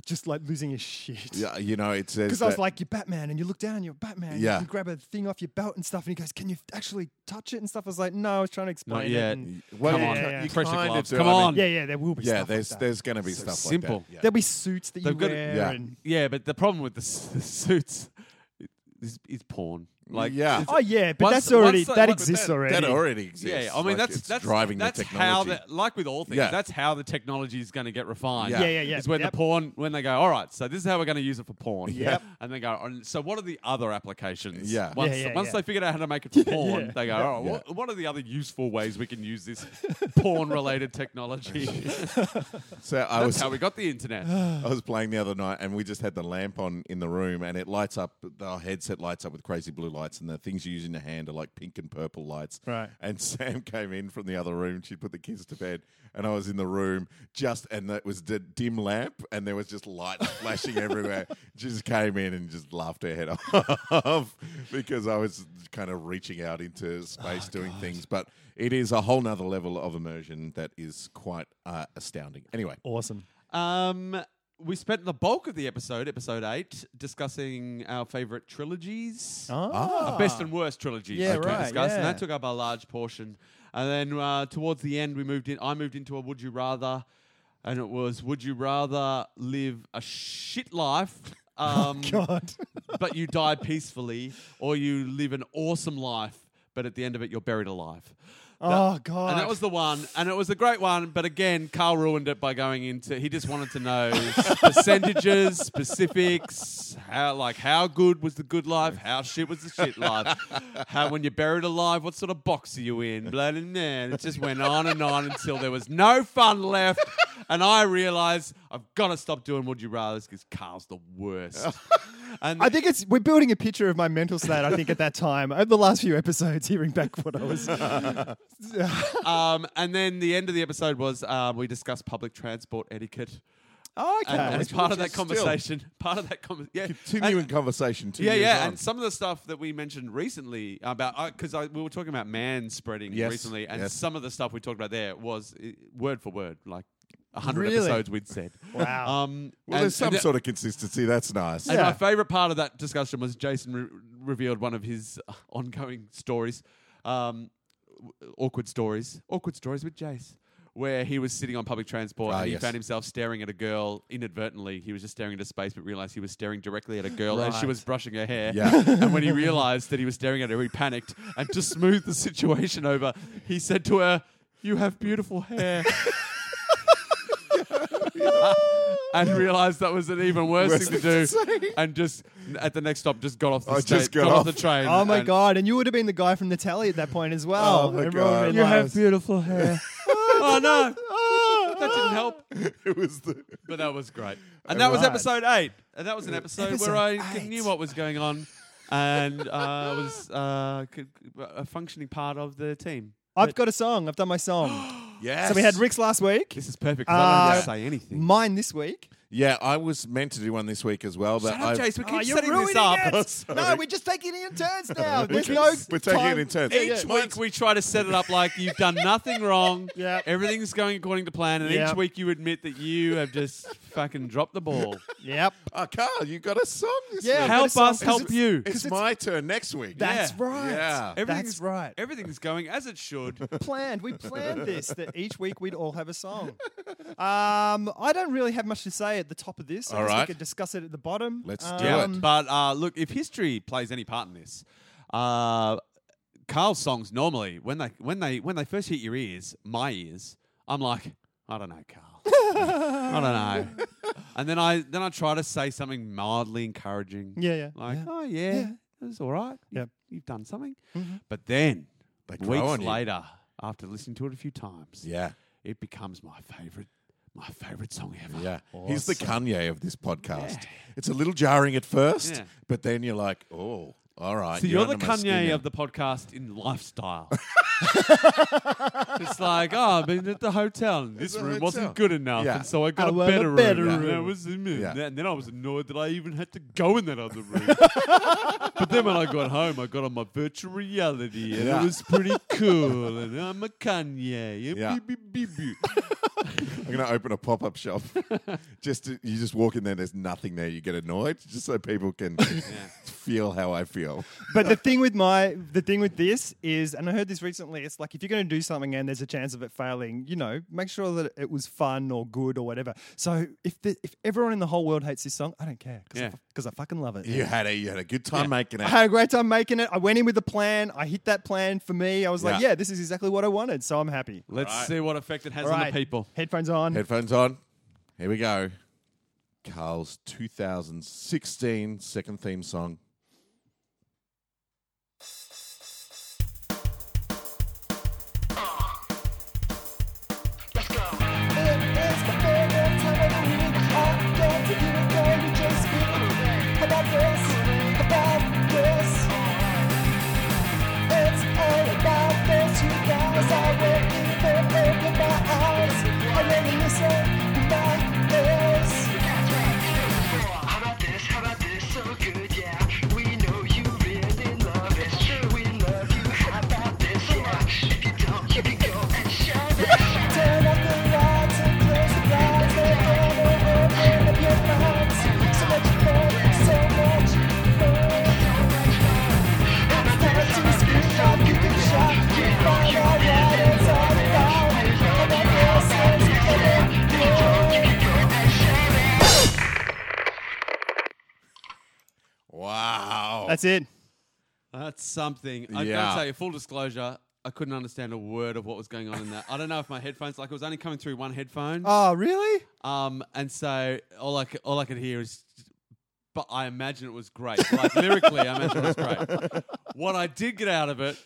C: just like losing his shit.
A: Yeah, you know, it says.
C: Because I was
A: that-
C: like, you're Batman, and you look down, you're Batman.
A: Yeah.
C: You can grab a thing off your belt and stuff. And he goes, Can you actually touch it and stuff? I was like, No, I was trying to explain it.
D: yet.
C: and-
A: well,
D: Come
A: you
C: on.
A: ca-
C: Yeah,
A: you
D: Pressure
A: kind of
D: gloves.
A: do.
D: Come
A: I mean,
D: on.
C: yeah, yeah, there will be
A: Yeah,
C: stuff. like
A: there's
C: that.
A: there's going to be
D: So
A: stuff
D: simple.
A: like that. Yeah.
C: There'll be suits that you
D: They've got to-
C: wear.
A: Yeah.
C: and
D: Yeah, but the problem with the, s- the suits is, is porn. Like,
A: Yeah.
D: it's-
C: Oh yeah, but
D: Once-
C: that's already
D: once the-
C: that
D: but
C: exists
D: that-
C: already.
A: That already exists.
D: Yeah, I mean
A: Like,
D: that's
A: it's
D: that's
A: driving
D: that's
A: the
D: how
A: technology.
D: the like with all things.
A: Yeah.
D: That's how the technology is going to get refined.
A: Yeah. Yeah,
C: yeah, yeah.
D: It's when
C: Yep.
D: the porn when they go, all right, so this is how we're going to use it for porn.
C: Yep.
D: And they go, "And so what are the other applications?
A: Yeah.
D: Once,
C: Yeah, yeah,
D: once
C: yeah.
D: they figured out how to make it for porn,
C: yeah.
D: they go, all right, what, what are the other useful ways we can use this porn related technology? that's
A: so I was
D: how we got the internet.
A: I was playing the other night, and we just had the lamp on in the room, and it lights up. The headset lights up with crazy blue lights, and the things you use in your hand are like pink and purple lights.
C: Right.
A: And Sam came in from the other room. She put the kids to bed, and I was in the room just, and it was the dim lamp, and there was just light flashing everywhere. She just came in and just laughed her head off because I was kind of reaching out into space doing things. But it is a whole nother level of immersion that is quite uh, astounding. Anyway.
C: awesome.
D: Um, we spent the bulk of the episode, episode eight, discussing our favorite trilogies.
C: Ah.
D: Our best and worst trilogies.
C: Yeah,
D: we
C: right,
D: discussed, and
C: yeah.
D: that took up a large portion. And then uh, towards the end, we moved in. I moved into a Would You Rather, and it was Would you rather live a shit life, um,
C: Oh, God.
D: but you die peacefully, or you live an awesome life, but at the end of it, you're buried alive.
C: oh God.
D: And that was the one, and it was a great one. But again, Carl ruined it by going into. He just wanted to know percentages, specifics, how like how good was the good life, how shit was the shit life, how when you're buried alive, what sort of box are you in, blah blah blah. And it just went on and on until there was no fun left, and I realised I've got to stop doing Would You Rather's because Carl's the worst. And
C: I think it's we're building a picture of my mental state. I think at that time over the last few episodes, hearing back what I was.
D: um, and then the end of the episode was uh, we discussed public transport etiquette.
C: oh, okay.
D: and, and
A: which-
D: part
A: which
D: of that
A: is still-
D: conversation, part of that conversation, yeah,
A: continuing
D: and-
A: conversation. Two
D: yeah,
A: years
D: yeah,
A: on.
D: and some of the stuff that we mentioned recently about because I we were talking about man spreading
A: Yes,
D: recently, and
A: yes.
D: some of the stuff we talked about there was uh, word for word, like hundred
C: Really?
D: episodes we'd said.
C: Wow.
D: Um,
A: well,
D: and-
A: there's some
D: and-
A: sort of consistency. That's nice.
D: and
C: Yeah.
D: my favorite part of that discussion was Jason re- revealed one of his uh, ongoing stories, um, w- awkward stories, awkward stories with Jace, where he was sitting on public transport
A: Ah,
D: and he
A: yes.
D: found himself staring at a girl inadvertently. He was just staring into space, but realized he was staring directly at a girl as she
C: Right.
D: was brushing her hair.
A: Yeah.
D: and when he realized that he was staring at her, he panicked. And to smooth the situation over, he said to her, "You have beautiful hair." and realized that was an even worse
A: Worse
D: thing to do, and just at the next stop just got off the
A: I
D: sta-
A: just
D: got,
A: got
D: off.
A: off.
D: the train.
C: Oh my
D: and-
C: god! And you would have been the guy from the telly at that point as well.
A: Oh, my
C: Everyone
A: God.
C: would
D: You have
C: realised-
D: beautiful hair. oh no, that didn't help.
A: it was the
D: But that was great, and that was
C: Alright.
D: episode eight, and that was an episode,
C: Episode
D: where I
C: eight.
D: knew what was going on, and uh, was uh, c- a functioning part of the team.
C: I've got a song. I've done my song.
A: yes.
C: so we had Rick's last week.
D: This is perfect. 'cause I
C: Uh,
D: don't have to say anything.
C: Mine this week.
A: Yeah, I was meant to do one this week as well, but
D: Shut up,
A: I-
D: Jace. We keep
C: Oh, you're
D: setting this
C: ruining
D: up.
C: it.
A: Sorry.
C: no, we're just taking it in turns now. There's
A: Okay.
C: no.
A: We're taking
C: time.
A: it in turns.
C: Yeah,
A: Each
C: yeah.
D: Each week we try to set it up like you've done nothing wrong.
C: Yep.
D: Everything's going according to plan, and each
C: Yep.
D: week you admit that you have just fucking dropped the ball.
C: Yep.
A: Oh, Carl, you got a song this
C: Yeah,
A: week.
C: I've got
D: Help
C: a song
D: us
C: for
D: help
C: this-
D: you.
A: It's, my turn next week.
C: That's
D: Yeah.
C: right.
A: Yeah.
D: Everything's
C: That's right.
D: Everything's going as it should.
C: planned. We planned this that each week we'd all have a song. Um, I don't really have much to say at the top of this. I
A: All
C: guess we
A: right.
C: could discuss it at the bottom. Um,
A: Let's do
D: Yeah,
A: it.
D: but uh, look, if history plays any part in this, uh, Carl's songs normally when they when they when they first hit your ears, my ears, I'm like, I don't know, Carl. I don't know. And then I then I try to say something mildly encouraging.
C: Yeah, yeah,
D: Like,
C: yeah.
D: oh yeah, it was all right. You-
C: Yeah. Mm-hmm.
D: You've done something. But then
A: They grow
D: weeks
A: on you.
D: later, after listening to it a few times,
A: Yeah.
D: it becomes my favorite my favorite song ever.
A: Yeah. He's the Kanye of this podcast. It's a little jarring at first,
D: Yeah.
A: but then you're like, oh, all right.
D: So you're, the
A: under my skin
D: Kanye
A: now.
D: of the podcast in lifestyle. it's like, oh, I've been at the hotel and this
A: It's a
D: room
A: hotel.
D: wasn't good enough.
A: Yeah.
D: And so I
C: I
D: got a
C: want a
D: better,
C: better
D: room.
C: room.
D: And, I was,
A: Yeah.
D: and then I was annoyed that I even had to go in that other room. but then when I got home, I got on my virtual reality and
A: Yeah.
D: it was pretty cool. And I'm a Kanye. And
A: Yeah.
D: beep, beep, beep, beep.
A: I'm going to open a pop up shop. just to, You just walk in there, there's nothing there. You get annoyed just so people can feel how I feel.
C: But the thing with my the thing with this is, and I heard this recently, it's like if you're going to do something and there's a chance of it failing, you know, make sure that it was fun or good or whatever. So if the, if everyone in the whole world hates this song, I don't care because
D: Yeah.
C: I, fucking love it.
A: You had a you had a good time making
C: I
A: it.
C: had a great time making it. I went in with a plan. I hit that plan for me. I was like,
A: Yeah.
C: yeah, this is exactly what I wanted. So I'm happy.
D: Let's see what effect it has
C: All
D: on
C: right.
D: the people.
C: Headphones on.
A: Headphones on. Here we go. Carl's 2016 second theme song.
E: Let's go. How about this? How about this? So good, yeah. We know you really love it. Sure, we love you. How about this? Yeah. If you don't, you can go and shove it. Turn up the lights and close the blinds. Let over, open up your minds. So much fun, so much fun. It's time to speak up. You can shout. You find out what it's all about. How about this? Let's get it. on.
A: Wow.
C: That's it.
D: That's something. I
A: Yeah.
D: gotta tell you, full disclosure, I couldn't understand a word of what was going on in that. I don't know if my headphones, like it was only coming through one headphone,
C: Oh, really?
D: um, and so all I c- all I could hear is. But I imagine it was great. Like lyrically, I imagine it was great. What I did get out of it,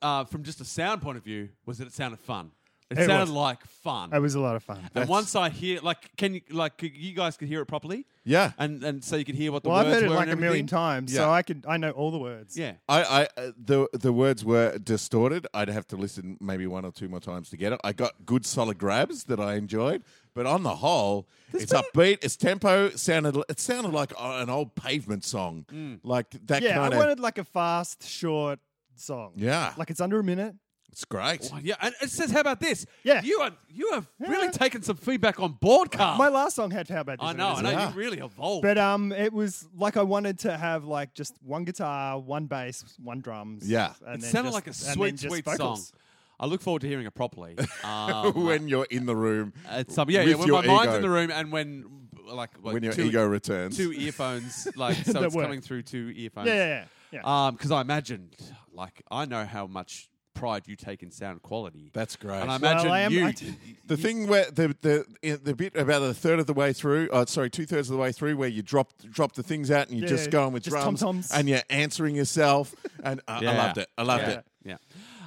D: uh, from just a sound point of view, was that it sounded fun. It,
C: It
D: sounded
C: was.
D: like fun.
C: It was a lot of fun.
D: and once I hear, like, can you, like, c- you guys could hear it properly,
A: yeah.
D: and and so you could hear what the
C: Well, I've
D: words
C: heard it
D: were
C: like
D: and
C: a million
D: everything.
C: times,
A: Yeah.
C: so I could I know all the words.
D: Yeah,
A: I, I uh, the the words were distorted. I'd have to listen maybe one or two more times to get it. I got good solid grabs that I enjoyed, but on the whole, it's upbeat. It's tempo sounded. It sounded like uh, an old pavement song, like that
C: Mm. Yeah,
A: kind
C: I
A: of.
C: wanted like a fast, short song.
A: Yeah.
C: Like it's under a minute.
A: it's great.
D: Well, yeah, and it says, "How about this?"
C: Yeah.
D: you are you have really
C: Yeah.
D: taken some feedback on board, Carl.
C: My last song had how about this?
D: Oh. I know, I know,
A: Yeah.
D: you really evolved.
C: But um, it was like I wanted to have like just one guitar, one bass, one drums.
A: Yeah.
C: and
D: it
C: then
D: sounded
C: just-
D: like a
C: and then
D: sweet,
C: just
D: sweet song.
C: vocals.
D: I look forward to hearing it properly.
C: Oh
D: Um,
A: when you're in the room,
C: Uh,
D: at some, yeah, yeah,
A: with
D: when my
A: your
D: mind's
A: ego.
D: in the room, and when like, like
A: when your
D: two,
A: ego returns,
D: two earphones, like so
C: That
D: it's
C: work.
D: coming through two earphones.
C: Yeah, yeah, yeah. yeah.
D: Because I imagined, like, I know how much pride you take in sound quality.
A: that's great.
D: and I
C: Well,
D: imagine
C: I am-
D: you.
C: I do-
A: The thing where the the in- the bit about a third of the way through, uh, sorry, two thirds of the way through, where you drop drop the things out and you're
C: Yeah,
A: just
C: yeah,
A: going with
C: just
A: drums
C: tom-toms.
A: and you're answering yourself, and uh, I
D: Yeah.
A: loved it. I loved it.
D: Yeah.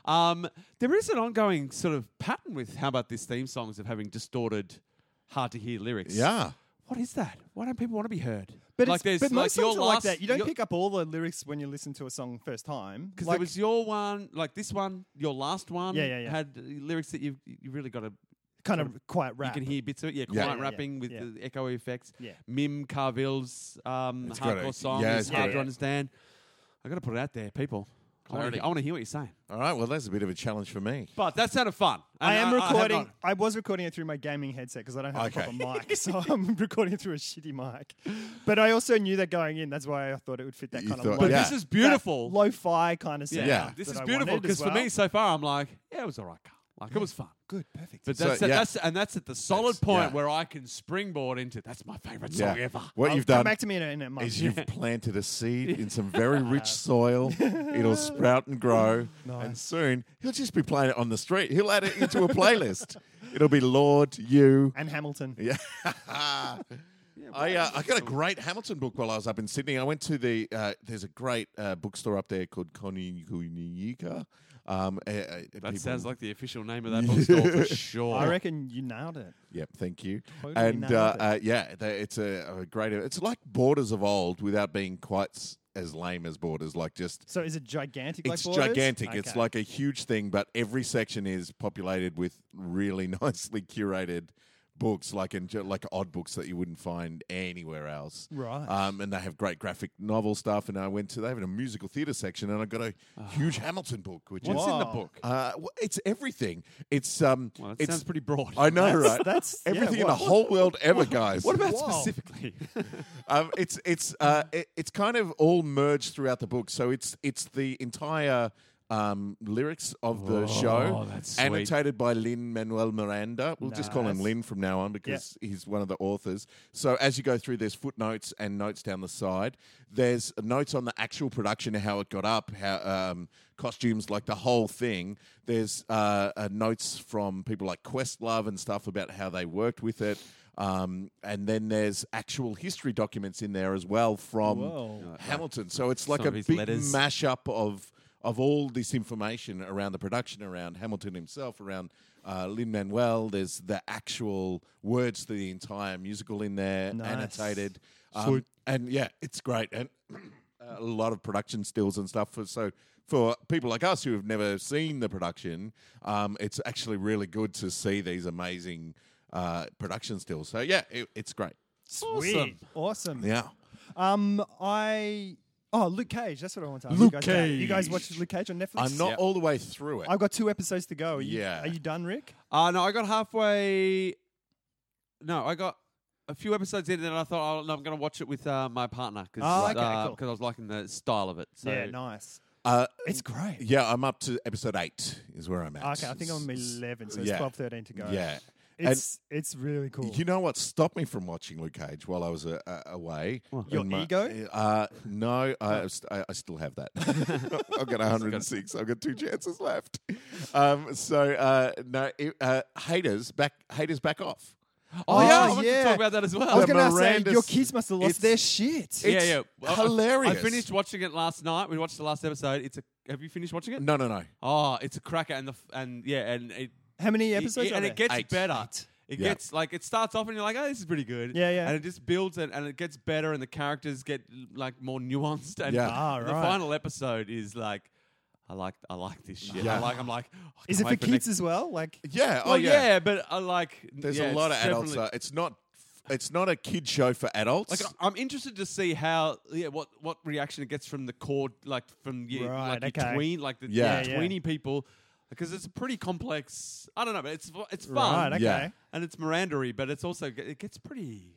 D: Um, there is an ongoing sort of pattern with how about this theme songs of having distorted, hard to hear lyrics.
A: Yeah,
D: What is that? Why don't people want to be heard?
C: but
D: like
C: it's,
D: there's
C: but
D: like
C: most
D: your
C: songs are like
D: last-
C: that. You don't
D: your-
C: pick up all the lyrics when you listen to a song first time.
D: because
C: like,
D: there was your one, like this one, your last one.
C: Yeah, yeah, yeah.
D: Had uh, lyrics that you you really got to.
C: kind of quiet
D: You
C: rap.
D: can hear bits of it. Yeah,
A: Yeah.
D: quiet
C: Yeah, yeah,
D: rapping with
C: yeah.
D: the echo effects.
C: Yeah.
D: Mim Carville's um,
A: It's got
D: hardcore
A: a-
D: song
A: yeah,
D: is
A: it's got
D: hard
A: a-
D: to understand. I got to put it out there, people. I wanna-
A: Clarity.
D: I want to hear what you're saying.
A: all right. Well, that's a bit of a challenge for me.
D: But that sounded fun.
C: I
D: And
C: am
D: have
C: recording.
D: not-
C: I, was recording it through my gaming headset because I don't have
A: Okay.
C: a proper mic, so I'm recording it through a shitty mic. But I also knew that going in. That's why I thought it would fit that
A: You
C: kind
A: thought-
C: of.
A: But
C: Lo-
A: Yeah.
D: This is beautiful.
C: that Lo-fi kind of sound.
A: Yeah.
D: This
C: that
D: is
C: I
D: beautiful
C: wanted as
D: because for
C: well.
D: me so far I'm like, yeah, it was all right, Carl. Like it was fun.
C: good, perfect.
D: But
A: So,
D: that's,
A: yeah.
D: that's and that's at the solid
A: That's-
D: point
A: yeah.
D: where I can springboard into that's my favorite
A: Yeah,
D: song ever.
A: what
C: I'll
A: you've
C: come
A: done
C: back to me in a, in a month.
A: is you've planted a seed in some very rich soil. It'll sprout and grow, and soon he'll just be playing it on the street. He'll add it into a playlist. It'll be Lord You.
C: and Hamilton.
A: Yeah. I, uh, I got a great Hamilton book while I was up in Sydney. I went to the, uh, there's a great uh, bookstore up there called Koninika. Um, uh, uh,
D: That
A: people-
D: sounds like the official name of that bookstore for sure.
C: I reckon you nailed it.
A: Yep, thank you.
C: Totally
A: and uh,
C: nailed it.
A: uh, yeah, they, it's a, a great, it's like Borders of old without being quite s- as lame as Borders, like just
C: So is it gigantic?
A: It's
C: like Borders?
A: gigantic. It's
C: Okay.
A: like a huge thing, but every section is populated with really nicely curated books, like in ju- like odd books that you wouldn't find anywhere else.
C: Right.
A: Um, and they have great graphic novel stuff. And I went to they have a musical theater section, and I got a
D: Ah.
A: huge Hamilton book, which
D: What's
A: is
D: in the
C: Wow.
D: book?
A: uh, w- it's everything. It's um,
D: Well, it
A: it's
D: sounds pretty broad.
A: I know, right?
C: that's- yeah,
A: everything in the
C: what-
A: whole world ever, guys.
D: What about
C: Wow.
D: specifically?
A: um, it's it's uh, it, it's kind of all merged throughout the book. So it's it's the entire um, lyrics of the
D: Oh,
A: show,
D: that's sweet.
A: annotated by Lin Manuel Miranda. We'll just call him
C: Nice.
A: Lin from now on because he's one of the authors. So as you go through, there's footnotes and notes down the side. There's notes on the actual production, how it got up, how um, costumes, like the whole thing. There's uh, uh, notes from people like Questlove and stuff about how they worked with it. Um, and then there's actual history documents in there as well from
C: Whoa.
A: Hamilton. So it's like
D: Some
A: a
D: of his
A: big
D: letters.
A: mashup of of all this information around the production, around Hamilton himself, around uh, Lin Manuel. There's the actual words to the entire musical in there,
C: Nice.
A: annotated, um, and yeah, it's great and a lot of production stills and stuff. For, so for people like us who have never seen the production, um, it's actually really good to see these amazing uh, production stills. So yeah, it, it's great.
D: Awesome.
C: Awesome.
A: Yeah.
C: Um, I oh Luke Cage. That's what I want to ask you
D: Luke
C: guys. About. You guys
D: Cage.
C: watched Luke Cage on Netflix?
A: I'm not
D: Yep.
A: all the way through it.
C: I've got two episodes to go. Are you,
A: Yeah.
C: Are you done, Rick?
D: Uh, no, I got halfway. No, I got a few episodes in, and I thought oh, no, I'm going to watch it with uh, my partner because
C: Oh, okay, cool.
D: I was liking the style of it. So
C: yeah. Nice.
A: Uh,
C: It's great.
A: Yeah, I'm up to episode eight is where I'm at.
C: Okay, I think I'm 11, so it's
A: Yeah.
C: twelve, thirteen 12, 13 to go.
A: Yeah. And
C: It's it's really cool.
A: you know what stopped me from watching Luke Cage while I was uh, uh, away?
C: Your
A: And my-
C: ego?
A: Uh, no, I, st- I, I still have that. I've got 106. I've got two chances left. Um, so uh, no, it, uh, haters back. Haters back off.
D: Oh, yeah, I
C: Oh,
D: wanted
C: yeah.
D: to talk about that as
C: I was
D: well.
A: the
C: going to say
A: Miranda's-
C: your kids must have
A: it's-
C: lost their shit.
D: Yeah,
A: It's
D: yeah, Well, I-
A: hilarious.
D: I finished watching it last night. We watched the last episode. It's a. Have you finished watching it?
A: No, no, no.
D: Oh, it's a cracker, and the f- and yeah, and it
C: How many
D: it-
C: episodes
D: it-
C: are
D: and
C: there?
D: it gets
A: Eight.
D: better. It
A: Yeah.
D: gets like it starts off and you're like, oh, this is pretty good.
C: Yeah, yeah.
D: And it just builds and, and it gets better, and the characters get like more nuanced. And
A: Yeah.
C: Ah,
D: the
C: right.
D: final episode is like, I like I like this shit.
A: Yeah.
D: I like I'm like, "Oh, I
C: Is
D: can't
C: it for
D: wait
C: kids
D: next-
C: as well? Like,
A: Yeah.
D: Well,
A: oh
D: yeah. but I like.
A: There's a
D: yeah,
A: lot of
D: it's
A: adults.
D: definitely-
A: Uh, it's not. It's not a kid show for adults.
C: uh,
D: Like I- I'm interested to see how yeah what what reaction it gets from the core like from your,
C: Right,
D: like your
C: okay.
D: tween like the
A: Yeah.
D: your
C: Yeah, yeah.
D: tweeny people because it's a pretty complex. I don't know, but it's fu- it's fun
C: right? Okay.
A: Yeah.
D: and it's Mirandery, but it's also it gets pretty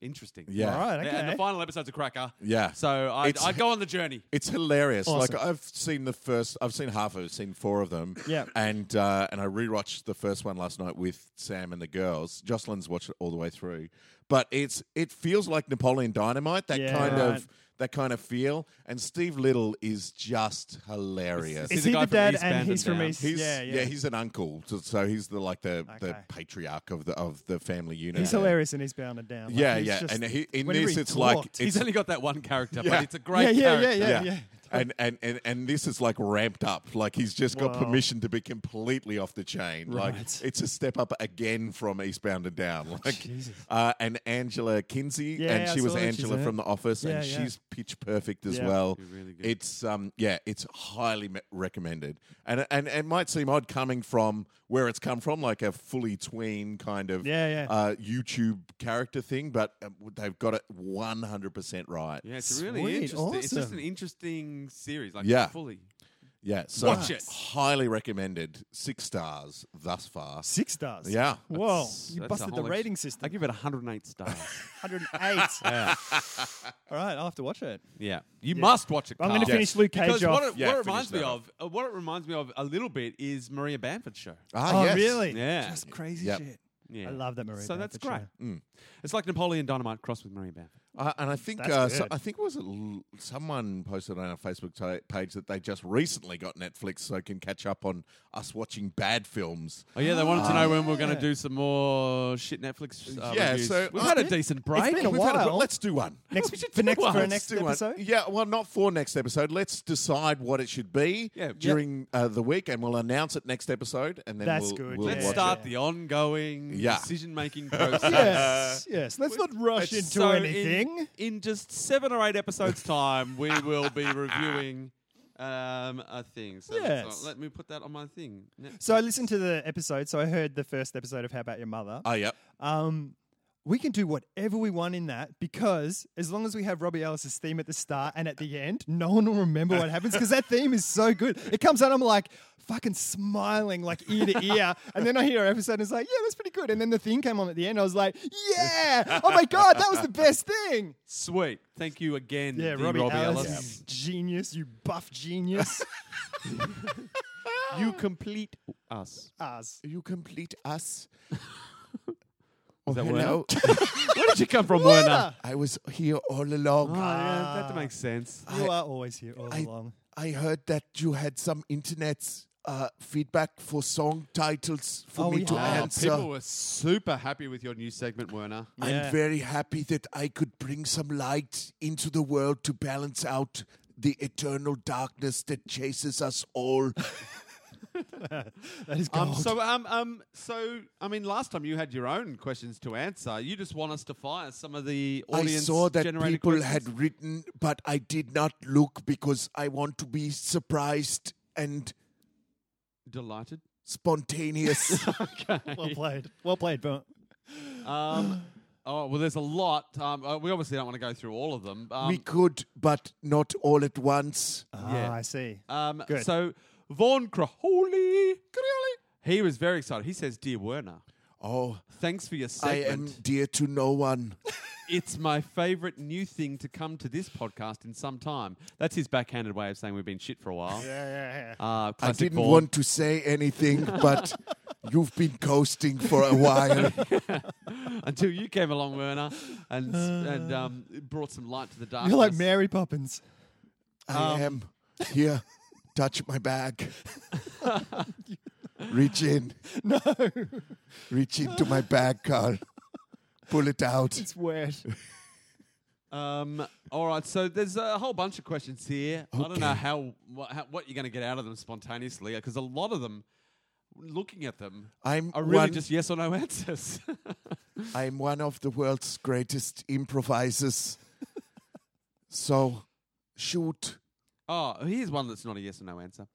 D: interesting.
A: yeah.
C: All right. Okay.
D: And the final episode's a cracker.
A: Yeah.
D: So I
A: It's-
D: I go on the journey.
A: It's hilarious.
C: Awesome.
A: Like I've seen the first, I've seen half of, it, seen four of them.
C: Yeah.
A: and uh, and I rewatched the first one last night with Sam and the girls. Jocelyn's watched it all the way through, but it's it feels like Napoleon Dynamite. That
C: Yeah,
A: kind
C: right.
A: of that kind of feel. And Steve Little is just hilarious.
D: Is
C: Is
D: the
C: he
D: guy
C: the
D: from
C: dad
D: Eastbound
C: and
D: and
C: he's from
D: Down?
C: East?
A: He's,
C: yeah, yeah.
A: he's an uncle, so, so he's the like the, the
C: Okay.
A: patriarch of the of the family unit.
C: He's hilarious and he's bound and down. Like,
A: Yeah,
C: he's
A: yeah,
C: just-
A: and he- in
C: whenever
A: this
C: he
A: it's like-
C: talked-
A: It's-
D: He's only got that one character,
A: Yeah.
D: but it's a great
C: yeah,
D: character.
C: yeah, yeah, yeah, yeah.
A: And, and and and this is like ramped up. Like he's just got
C: Wow.
A: permission to be completely off the chain. Like
C: Right.
A: it's a step up again from Eastbound and Down. Like
C: Jesus.
A: uh, and Angela Kinsey,
C: Yeah,
A: and
C: I
A: she was
C: saw that she's
A: Angela
C: in it.
A: from The Office, and
C: Yeah, yeah.
A: she's pitch perfect as
C: Yeah.
A: well.
D: She's really good.
A: It's um yeah, it's highly me- recommended. And and and it might seem odd coming from where it's come from, like a fully tween kind of
C: Yeah, yeah.
A: Uh, YouTube character thing, but uh, they've got it one hundred percent right.
D: Yeah, it's a really
C: Sweet,
D: interesting. It's just
C: awesome.
D: an interesting series, like
A: Yeah.
D: fully.
A: Yeah, so
D: Watch it.
A: Highly recommended. Six stars thus far.
C: Six stars.
A: Yeah.
C: Whoa,
D: That's-
C: you
D: that's a
C: busted the
D: whole ex-
C: rating
D: I
C: system.
D: give it 108 stars.
C: 108.
D: yeah.
C: All right, I'll have to watch it.
D: Yeah, you must watch it.
C: I'm going to
D: Carl.
A: Yes.
C: finish Luke
D: Because
C: Cage
D: what
C: off.
D: it,
A: Yeah,
D: what it
A: finish
D: reminds me
A: that
D: of, uh, what it reminds me of a little bit is Maria Bamford's show.
A: Ah,
C: Oh,
A: yes.
C: really?
D: Yeah.
C: Just crazy
A: Yep.
C: shit.
D: Yeah.
C: I love that Maria
D: So that's great.
C: Bamford
D: It's like Napoleon Dynamite crossed with Maria Bamford.
A: Uh, and I think
C: That's
A: uh, so,
C: good.
A: I think was it l- someone posted on our Facebook ta- page that they just recently got Netflix, so can catch up on us watching bad films.
D: Oh yeah, they wanted to know when we are going
C: Ah, yeah.
D: to do some more shit Netflix. Uh,
A: Yeah,
D: reviews.
A: so-
D: we've
A: Oh,
D: had a
A: yeah.
D: decent break.
C: been a
A: We've had
C: while.
A: let's do one.
D: We should
C: Next, for
D: do
C: next,
D: one.
C: for our
D: Let's
C: next
A: do one.
C: episode?
A: Yeah, well, not for next episode. Let's decide what it should be
D: Yeah, yep.
A: during uh, the week, and we'll announce it next episode. And then
C: That's
A: we'll,
C: good,
A: we'll
D: Let's
C: yeah.
A: watch
D: start
A: it.
D: the ongoing
A: Yeah.
D: decision-making process.
C: Yes, yes. Let's not rush into
D: So in-
C: anything.
D: In, just seven or eight episodes' time, we will be reviewing um, a thing. So let's-
C: Yes.
D: uh, let me put that on my thing. Netflix. Uh,
C: So I listened to the episode. So I heard the first episode of How About Your Mother.
A: Oh, yep.
C: Um, we can do whatever we want in that because as long as we have Robbie Ellis's theme at the start and at the end, no one will remember what happens because that theme is so good. It comes out, I'm like fucking smiling like ear to ear. And then I hear an episode and it's like, yeah, that's pretty good. And then the thing came on at the end. I was like, yeah, oh my God, that was the best thing.
D: Sweet. Thank you again,
C: Yeah,
D: the
C: Robbie, Ellis,
D: Ellis.
C: is genius, you buff genius.
D: You complete us.
C: Ours.
A: You complete us. oh,
D: that
A: hello.
D: Where did you come from, Werner?
C: Werner!
A: I was here all along.
D: Oh, yeah, that makes sense.
C: You are always here all
A: I-
C: along.
A: I heard that you had some internet uh, feedback for song titles for
C: Oh,
A: me
C: we
A: to
C: have.
D: Oh,
A: answer.
D: people were super happy with your new segment, Werner.
C: Yeah.
A: I'm very happy that I could bring some light into the world to balance out the eternal darkness that chases us all.
C: That is
D: Um,
C: gold.
D: so, um, um, so, I mean, last time you had your own questions to answer. You just want us to fire some of the
A: I
D: audience.
A: saw that
D: generated
A: people
D: questions.
A: had written, but I did not look because I want to be surprised and
D: delighted.
A: spontaneous.
C: well played. Well played, but
D: Um, oh well, there's a lot. Um, uh, we obviously don't want to go through all of them. Um,
A: we could, but not all at once.
D: Yeah.
C: Ah, I see.
D: um,
C: good.
D: So, Vaughn Crowley, he was very excited. He says, "Dear Werner,
A: Oh,
D: thanks for your
A: I
D: segment.
A: am dear to no one.
D: It's my favourite new thing to come to this podcast in some time." That's his backhanded way of saying we've been shit for a while.
C: Yeah, yeah, yeah.
D: Uh,
A: I
D: classic
A: didn't
D: Vaughn.
A: want to say anything, but you've been coasting for a while.
D: until you came along, Werner, and
A: Uh.
D: and um, brought some light to the darkness.
C: You're like Mary Poppins. Um,
A: I am here. Touch my bag. Reach in.
C: No,
A: Reach into my bag, Carl. Pull it out.
C: it's weird.
D: Um, all right, so there's a whole bunch of questions here. I don't
A: Okay.
D: know how what, how, what you're going to get out of them spontaneously because a lot of them, looking at them,
A: I'm
D: are really
A: one,
D: just yes or no answers.
A: I'm one of the world's greatest improvisers. so shoot.
D: oh, here's one that's not a yes or no answer.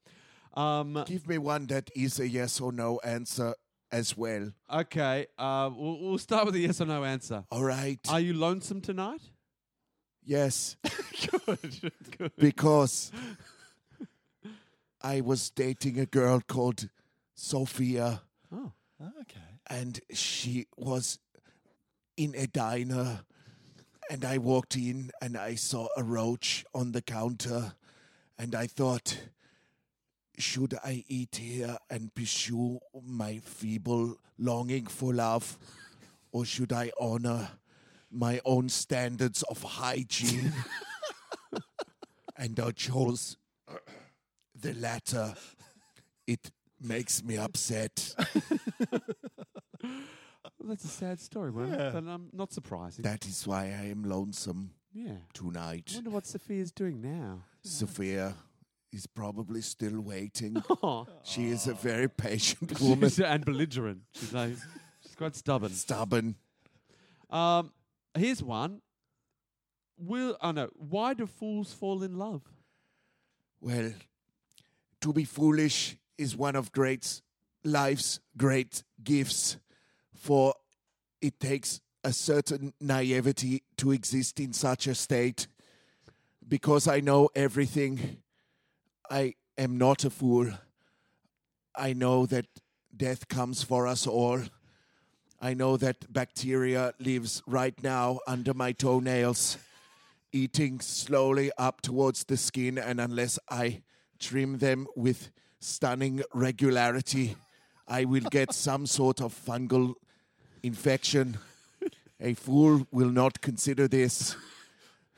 D: Um,
A: Give me one that is a yes or no answer as well.
D: okay, uh, we'll, we'll start with a yes or no answer.
A: All right.
D: Are you lonesome tonight?
A: yes.
D: good, good.
A: because I was dating a girl called Sophia,
D: Oh,
C: Okay.
A: and she was in a diner. And I walked in and I saw a roach on the counter, and I thought, should I eat here and pursue my feeble longing for love, or should I honor my own standards of hygiene? and I chose the latter. It makes me upset.
D: well, that's a sad story, Werner,
C: Yeah.
D: but um, not surprising.
A: That is why I am lonesome
D: yeah. I
A: tonight.
D: wonder what Sophia's doing now.
A: Sophia is probably still waiting.
D: Oh.
A: She is a very patient woman,
D: and belligerent. She's like, she's quite stubborn.
A: stubborn.
D: Um, here's one. Will I know why do fools fall in love?
A: Well, to be foolish is one of great's life's great gifts, for it takes a certain naivety to exist in such a state. Because I know everything, I am not a fool. I know that death comes for us all. I know that bacteria lives right now under my toenails eating slowly up towards the skin, and unless I trim them with stunning regularity, I will get some sort of fungal infection. A fool will not consider this,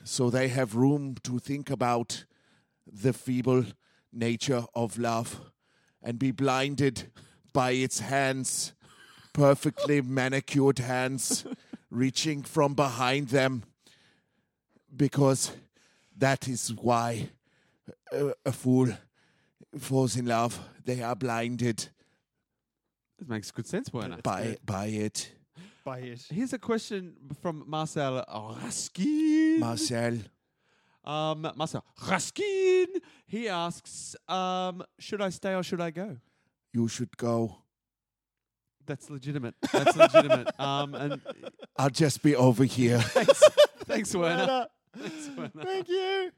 A: so they have room to think about the feeble nature of love and be blinded by its hands, perfectly manicured hands, reaching from behind them because that is why a, a fool falls in love. They are blinded
D: This makes good sense, Werner.
A: by by it.
C: By it.
D: Here's a question from Marcel Raskin.
A: Marcel,
D: um, Marcel Raskin. He asks, um, should I stay or should I go?
A: you should go.
D: that's legitimate. That's legitimate. Um, and
A: I'll just be over here.
D: thanks, thanks, Werner. Thanks, Werner.
C: Thank you.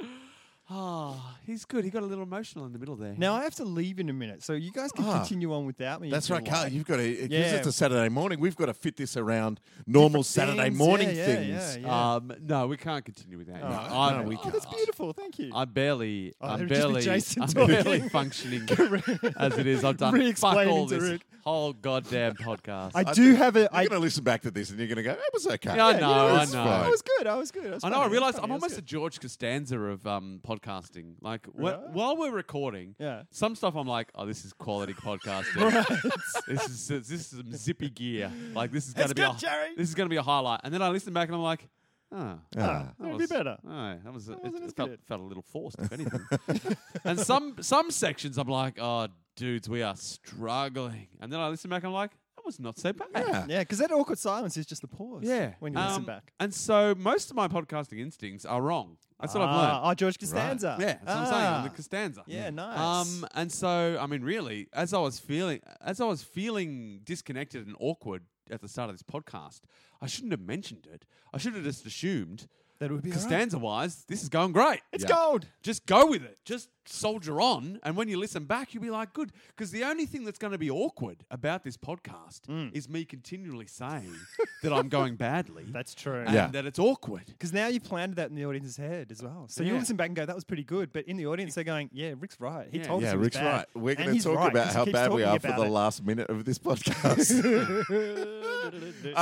D: Oh, he's good. He got a little emotional in the middle there.
C: Now I have to leave in a minute, so you guys can
A: Ah.
C: continue on without me.
A: That's
C: if you
A: right, Carl.
C: like.
A: You've got to, because
C: Yeah.
A: it's a Saturday morning, we've got to fit this around normal Saturday
C: Things,
A: morning
C: yeah, yeah,
A: things.
C: yeah, yeah.
D: um, no, we can't continue without you.
A: No, no,
D: I,
A: we
C: oh,
A: can't.
C: that's beautiful. Thank you.
D: I barely,
C: Oh,
D: I'm
C: it'd just be
D: barely,
C: Jason
D: I'm
C: talking.
D: barely functioning as it is. I've done fuck
C: Re-explaining
D: all
C: to
D: this
C: Rick.
D: whole goddamn podcast.
C: I
D: I,
A: I
C: do
A: think
C: have a.
A: You're
C: I,
A: going to listen back to this and you're going to go, it was okay.
D: Yeah, I
C: yeah,
D: know,
C: yeah, it
D: I
C: was-
D: know.
C: I was good. I was good. I, was
D: know.
C: funny,
D: I
C: it was
D: realized
C: funny,
D: I'm
C: it was
D: almost a
C: good.
D: George Costanza of um, podcasting. Like wh-
C: Right.
D: while we're recording,
C: Yeah.
D: some stuff I'm like, oh, this is quality podcasting. this is this is some zippy gear. Like this is going to be
C: good,
D: a,
C: Jerry.
D: this is going to be a highlight. And then I listen back and I'm like, oh.
A: Ah.
D: that
C: It'd be
D: was-
C: better.
D: Oh, that was a, it,
C: wasn't
D: it
C: as
D: felt,
C: good.
D: felt a little forced, if anything. and some some sections I'm like, oh, dudes, we are struggling. And then I listen back, I'm like, that was not so bad.
A: Yeah.
C: Yeah, because that awkward silence is just the pause.
D: Yeah.
C: when you listen
D: Um,
C: back.
D: And so most of my podcasting instincts are wrong. That's what I've
C: Ah,
D: learned.
C: Oh, George Costanza.
D: Yeah, that's what I'm saying. I'm the
C: Ah.
D: Costanza.
C: Yeah, nice.
D: Um, and so I mean, really, as I was feeling, as I was feeling disconnected and awkward at the start of this podcast, I shouldn't have mentioned it. I should have just assumed
C: That would be all right.
D: Costanza-wise, this is going great.
C: It's
A: Yeah.
C: gold.
D: Just go with it. Just soldier on. And when you listen back, you'll be like, good. Because the only thing that's going to be awkward about this podcast
C: Mm.
D: is me continually saying that I'm going badly.
C: That's true.
D: and
A: Yeah.
D: that it's awkward.
C: Because now you planted that in the audience's head as well. So you
D: Yeah.
C: listen back and go, that was pretty good. But in the audience, they're going, yeah, Rick's right. He
D: Yeah.
C: told us
A: Yeah,
C: it was
A: Rick's
C: bad.
A: right. We're
C: And
A: going to
C: he's
A: talk
C: right,
A: about
C: 'cause he
A: how
C: keeps
A: bad we
C: talking
A: are for
C: about
A: the
C: it.
A: last minute of this podcast.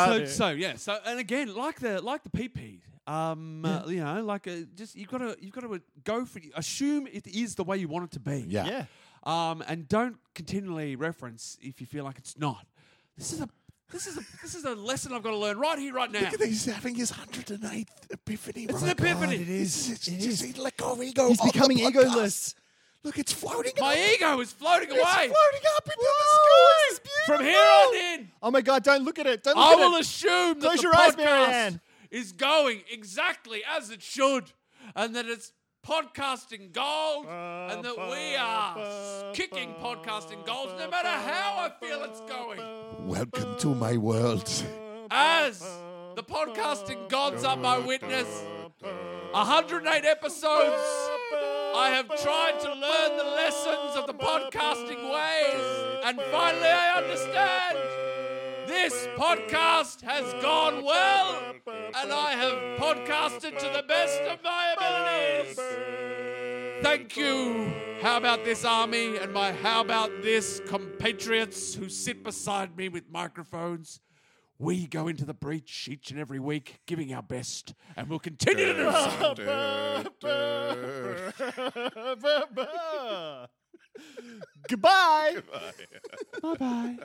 D: so, so yeah. So and again, like the like the PP, um, uh, you know, like uh just you've got to you've got to go for assume it is the way you want it to be.
A: yeah.
C: yeah.
D: Um, and don't continually reference if you feel like it's not. This is a this is a this is a lesson I've got to learn right here, right now.
A: Look at he's having his 108th epiphany.
D: It's
A: right
D: an epiphany.
A: now.
D: It
A: is. It's, just- let go of ego.
C: He's
A: on the
C: becoming
A: podcast.
C: egoless.
A: Look, it's floating
D: My
A: up.
D: ego is floating
A: It's
D: away.
A: floating up into the sky.
D: From here on in,
C: Oh my God, don't look at it. Don't
D: I
C: look
D: will
C: at it.
D: assume that
C: Close
D: the
C: your eyes,
D: podcast
C: Marianne.
D: is going exactly as it should, and that it's podcasting gold, and that we are s- kicking podcasting goals no matter how I feel it's going.
A: Welcome to my world.
D: As the podcasting gods are my witness, 108 episodes. I have tried to learn the lessons of the podcasting ways, and finally I understand. This podcast has gone well, and I have podcasted to the best of my abilities. Thank you. How about this army and my how about this compatriots who sit beside me with microphones? We go into the breach each and every week, giving our best, and we'll continue to do so.
C: Goodbye.
D: Bye bye.